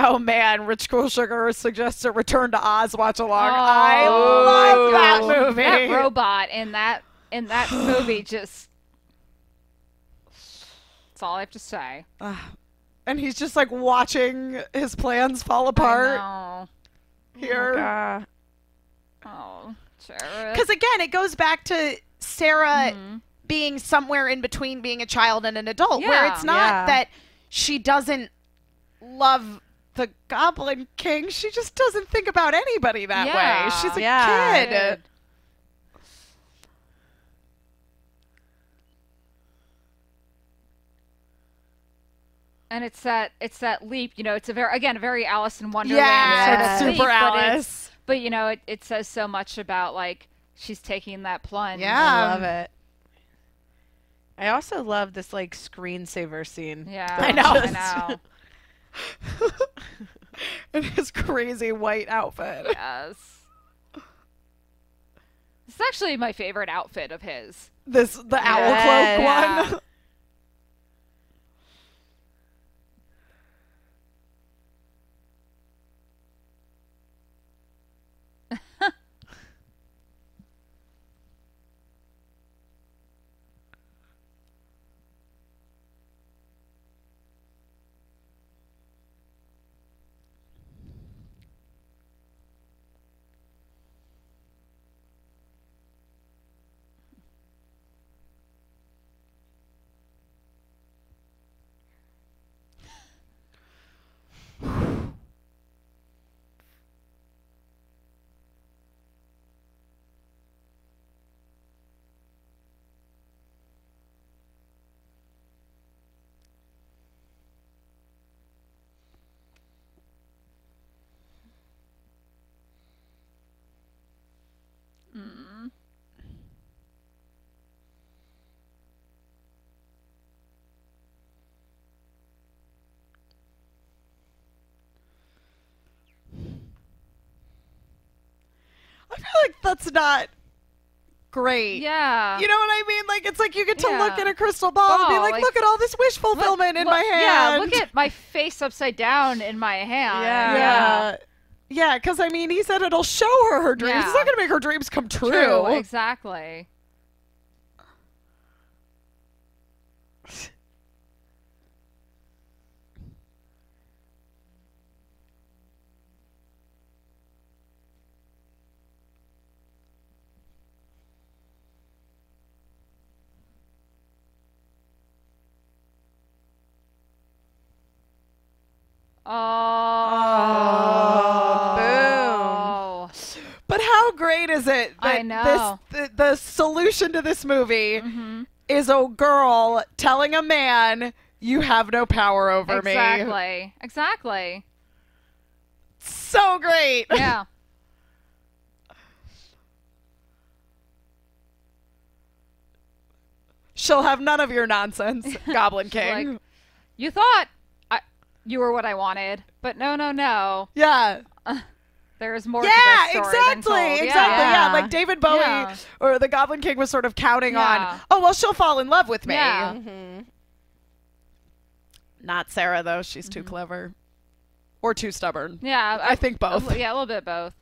Oh man, Rich Cool Sugar suggests a return to Oz watch along. I Oh, love that my movie. That robot in that in that movie just That's all I have to say. and he's just like watching his plans fall apart I know. here. Uh, Oh, Jared. Because again, it goes back to Sarah Mm-hmm. being somewhere in between being a child and an adult, where Yeah. it's not Yeah. that she doesn't love the Goblin King. She just doesn't think about anybody that way. Yeah. She's a Yeah. kid. And it's that it's that leap, you know. It's a very again a very Alice in Wonderland sort Yeah, of it's leap, super but it's- Alice. But you know, it, it says so much about like she's taking that plunge. Yeah. I love it. I also love this like screensaver scene. yeah. I I know. know. In his crazy white outfit. yes. This is actually my favorite outfit of his. This the owl cloak Yeah. one. I feel like that's not great. Yeah. You know what I mean? Like it's like you get to look Yeah. in a crystal ball and be Ball, like, like- look at all this wish fulfillment in my hand. Yeah, look at my face upside down in my hand. Yeah. yeah. Yeah, because I mean, he said it'll show her her dreams. Yeah. It's not going to make her dreams come true. True. Exactly. Oh. But how great is it that I know. Mm-hmm. this the, the solution to this movie is a girl telling a man you have no power over me. Exactly. Exactly. So great. Yeah. She'll have none of your nonsense, Goblin King. like, you thought I, you were what I wanted, but no, no, no. yeah. There is more. to Yeah, this story than exactly. told. Exactly. Yeah. Yeah. Yeah. Like David Bowie Yeah. or the Goblin King was sort of counting Yeah. on, oh, well, she'll fall in love with me. Yeah. Mm-hmm. Not Sarah, though. She's Mm-hmm. too clever or too stubborn. Yeah, I think both. Yeah, a little bit both.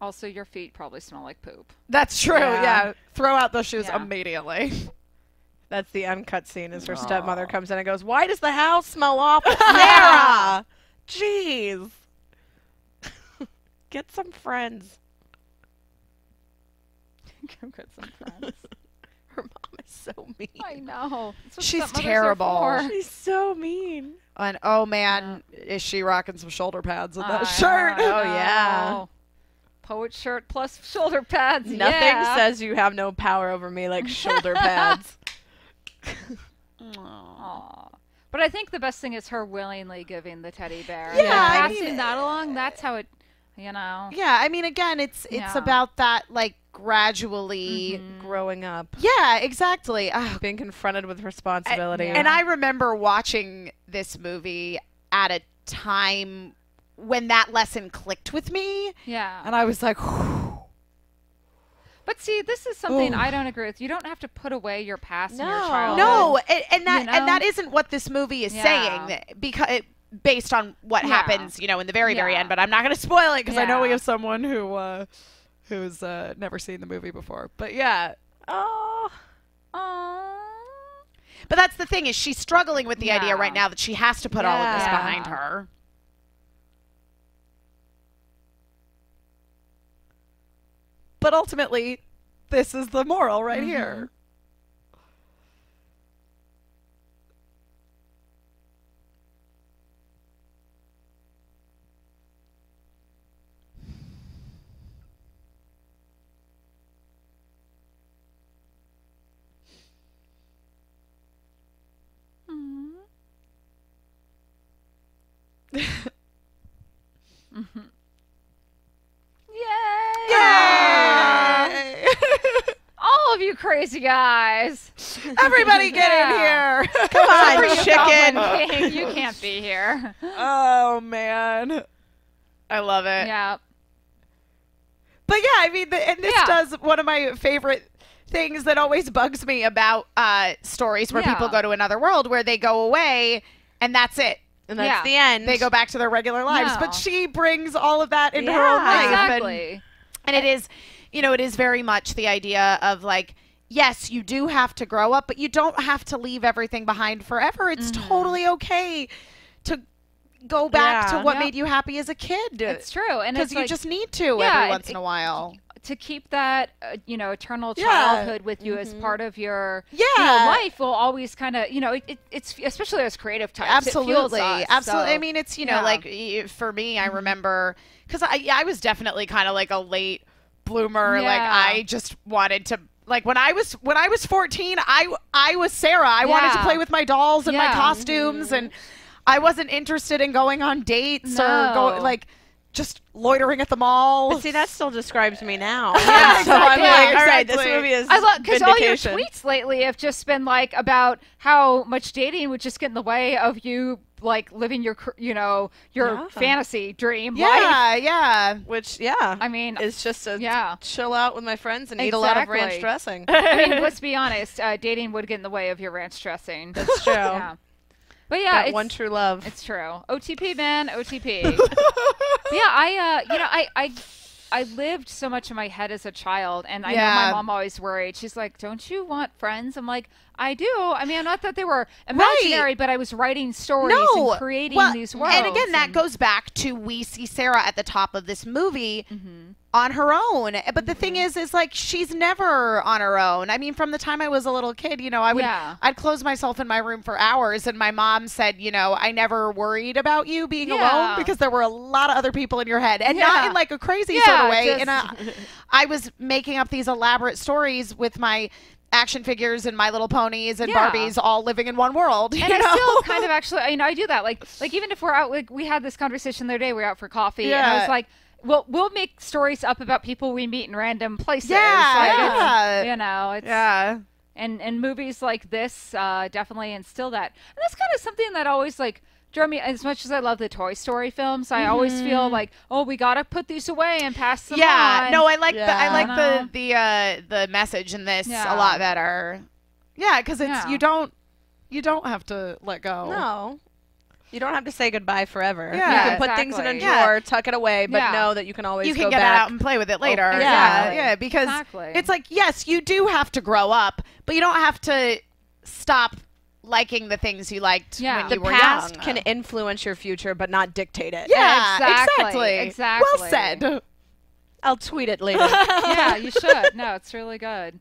Also, your feet probably smell like poop. That's true. Yeah. Yeah. Throw out those shoes Yeah. immediately. That's the uncut scene is her stepmother comes in and goes, Why does the house smell awful? Sarah! Yeah. Jeez. Get some friends. Her mom is so mean. I know. That's what She's stepmothers are terrible. for. She's so mean. And oh man, is she rocking some shoulder pads in that I shirt? know. Oh, yeah. Poet shirt plus shoulder pads. Nothing yeah. says you have no power over me like shoulder pads. Aw. But I think the best thing is her willingly giving the teddy bear. Yeah, Like, I passing mean, that along. That's how it, you know. Yeah, I mean, again, it's it's Yeah. about that like gradually. Mm. Growing up, Yeah, exactly. Oh. Ah, being confronted with responsibility. And I remember watching this movie at a time when that lesson clicked with me, Yeah. and I was like, "Whew." But see, this is something I don't agree with. You don't have to put away your past and your No. childhood. no, and, and that Oh. You and that know? isn't what this movie is Yeah. saying because based on what Yeah. happens, you know, in the very very Yeah. end. But I'm not going to spoil it because I know we Yeah. have someone who uh, who's uh, never seen the movie before. But yeah, oh, Aw. But that's the thing is she's struggling with the Yeah. idea right now that she has to put all of this Yeah. behind her. But ultimately, this is the moral right here. Yay! Yay! All of you crazy guys. Everybody get Yeah. in here. Come on, Goblin King, you can't be here. Oh man. I love it. Yeah. But yeah, I mean, the, and this Yeah. does one of my favorite things that always bugs me about uh, stories where Yeah. people go to another world where they go away and that's it. and Yeah. that's the end. They go back to their regular lives. No. But she brings all of that into her own Yeah, life. and- Exactly. And, it is, you know, it is very much the idea of like, yes, you do have to grow up, but you don't have to leave everything behind forever. It's Mm-hmm. totally okay to go back Yeah. to what Yep. made you happy as a kid. It's true. And Because it's you like, just need to Yeah, every it- once in a it- while. to keep that uh, you know eternal Yeah. Mm-hmm. childhood with you as part of your you know, Yeah. life will always kind of you know it, it, it's especially as creative types it fuels absolutely us, absolutely so- i mean it's you know yeah. Mm-hmm. like y- for me i remember because i i was definitely kind of like a late bloomer like Yeah. i just wanted to like when i was when i was 14 i i was sarah i wanted to Yeah. play with my dolls and Yeah. my costumes and i wasn't interested in going on dates or No. go like just loitering at the mall But see, that still describes me now. Yeah, so I'm exactly. like, all right, this Exactly. movie is I love because all your vindication. tweets lately have just been like about how much dating would just get in the way of you like living your cr- you know your Yeah. fantasy dream life. yeah yeah which, yeah, I mean, it's just a yeah. chill out with my friends and eat a lot of ranch Exactly. dressing. I mean, let's be honest, uh, dating would get in the way of your ranch dressing. That's true. yeah, but yeah, That it's, one true love. It's true. OTP man, OTP. yeah, I uh, you know, I I I lived so much in my head as a child, and I know my Yeah. mom always worried. She's like, "Don't you want friends?" I'm like, "I do." I mean, not that they were imaginary, but I was writing stories and creating well, these worlds. Mm-hmm. And again, that goes back to we see Sarah at the top of this movie on her own. eh, But the thing is, is like she's never on her own. I mean, from the time I was a little kid, you know, I would Yeah. I'd close myself in my room for hours, and my mom said, you know, I never worried about you being Yeah. alone because there were a lot of other people in your head, and not Yeah. in like a crazy sort Yeah, of way. just- in a, I was making up these elaborate stories with my action figures and My Little Ponies and Yeah. Barbies all living in one world. and you know? I still kind of actually, you know, I do that. Like, like even if we're out, like we had this conversation the other day. We were out for coffee, and I Yeah. was like, "Well, we'll make stories up about people we meet in random places." Yeah, Like, it's- yeah. you know, it's Yeah. and and movies like this uh, definitely instill that. And that's kind of something that always like. Drew me as much as I love the Toy Story films, I always feel like, oh, we gotta put these away and pass them yeah. on. No, I like the Yeah. I like Uh-huh. the the uh, the message in this Yeah. a lot better. yeah, because it's Yeah. you don't you don't have to let go. No. You don't have to say goodbye forever. you Yeah, can put things in a exactly. Yeah. drawer, tuck it away, but Yeah. know that you can always you go can get it back. Oh, out and play with it later. exactly. Yeah, yeah, because exactly. It's like, yes, you do have to grow up, but you don't have to stop liking the things you liked Yeah. when The you the were past young. can influence your future, but not dictate it. yeah, exactly, exactly. exactly. Well said. I'll tweet it later. yeah, you should. No, it's really good.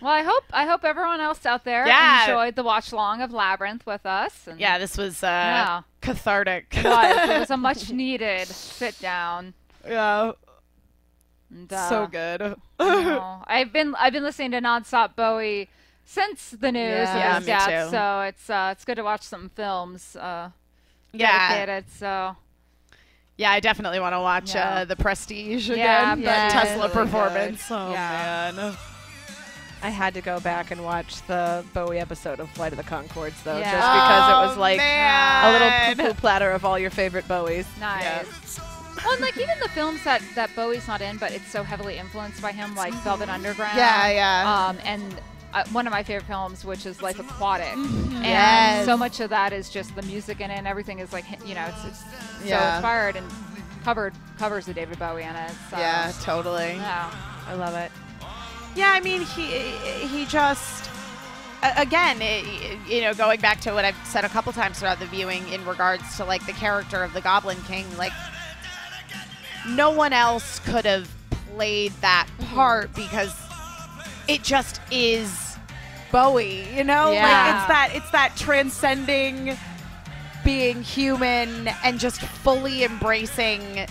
Well, I hope I hope everyone else out there Yeah. enjoyed the watch long of Labyrinth with us. And yeah, this was uh, Yeah. cathartic. it was, it was a much needed sit down. yeah, And, uh, so good. you know, I've been I've been listening to nonstop Bowie since the news Yeah. of Yeah, his me death, too. so it's uh, it's good to watch some films. Uh, Yeah, dedicated, so yeah, I definitely want to watch Yeah. uh, the Prestige again. Yeah, that Prestige is Tesla really performance. Oh Yeah. man. I had to go back and watch the Bowie episode of Flight of the Concords, though, Yeah. just because it was Oh, like a man. little poo poo platter of all your favorite Bowies. nice. Well, and like even the films that that Bowie's not in, but it's so heavily influenced by him, like Velvet Underground. Yeah, yeah. Um, and uh, one of my favorite films, which is Life Aquatic, Mm-hmm. and Yes. so much of that is just the music in it. and Everything is like hi- you know, it's, it's so Yeah. inspired and covered covers of David Bowie in it. uh, So. yeah, totally. Yeah. I love it. Yeah, I mean, he he just A- again, it, you know, going back to what I've said a couple times throughout the viewing in regards to like the character of the Goblin King, like no one else could have played that Mm-hmm. part because it just is Bowie, you know, like Yeah. it's that it's that transcending being human and just fully embracing.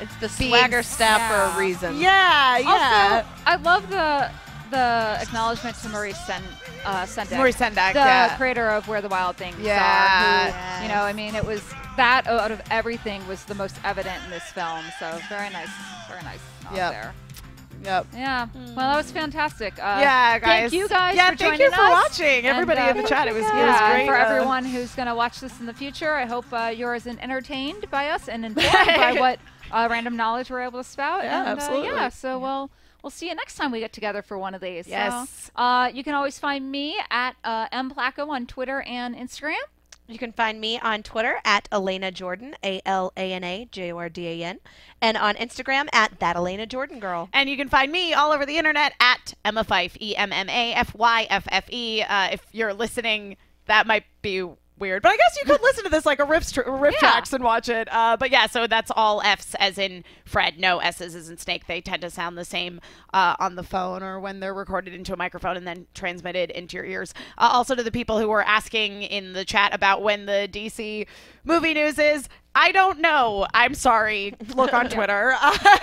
It's the Being swagger stab for sad. a reason. Yeah, yeah. Also, I love the the acknowledgement to Maurice Sen, uh, Sendak, Maurice Sendak, the yeah. creator of Where the Wild Things Are. Yeah. who, You know, I mean, it was that out of everything was the most evident in this film. So very nice, very nice nod Yep. there. yep. Yeah. Well, that was fantastic. Uh, Yeah, guys. Thank you guys Yeah, for thank joining you for us. uh, watching. Everybody in the chat, it was- it was yeah, great, For uh, everyone who's going to watch this in the future, I hope uh, you're as entertained by us and informed by what uh, random knowledge we're able to spout. Yeah, and, uh, absolutely. yeah, so we'll we'll see you next time we get together for one of these. So, Yes. uh, you can always find me at uh, M Placco on Twitter and Instagram. You can find me on Twitter at Elena Jordan, A L A N A J O R D A N, and on Instagram at that Elena Jordan girl. And you can find me all over the internet at Emma Fife, E M M A F Y F F E. Uh, if you're listening, that might be weird, but I guess you could listen to this like a riff, tr- riff Yeah. tracks and watch it. Uh, but yeah, so that's all F's as in Fred, no S's as in Snake. They tend to sound the same uh, on the phone or when they're recorded into a microphone and then transmitted into your ears. Uh, also to the people who were asking in the chat about when the DC movie news is. I don't know. I'm sorry. Look on Twitter.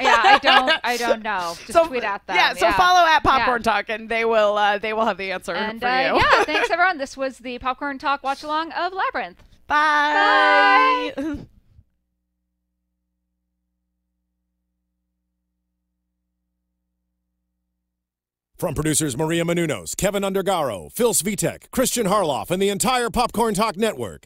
Yeah, I don't I don't know. Just tweet at them. Yeah, so follow at Popcorn Yeah. Talk, and they will uh, they will have the answer And for uh, you. yeah, thanks everyone. This was the Popcorn Talk Watch Along of Labyrinth. Bye. From producers Maria Menunos, Kevin Undergaro, Phil Svitek, Christian Harloff, and the entire Popcorn Talk Network,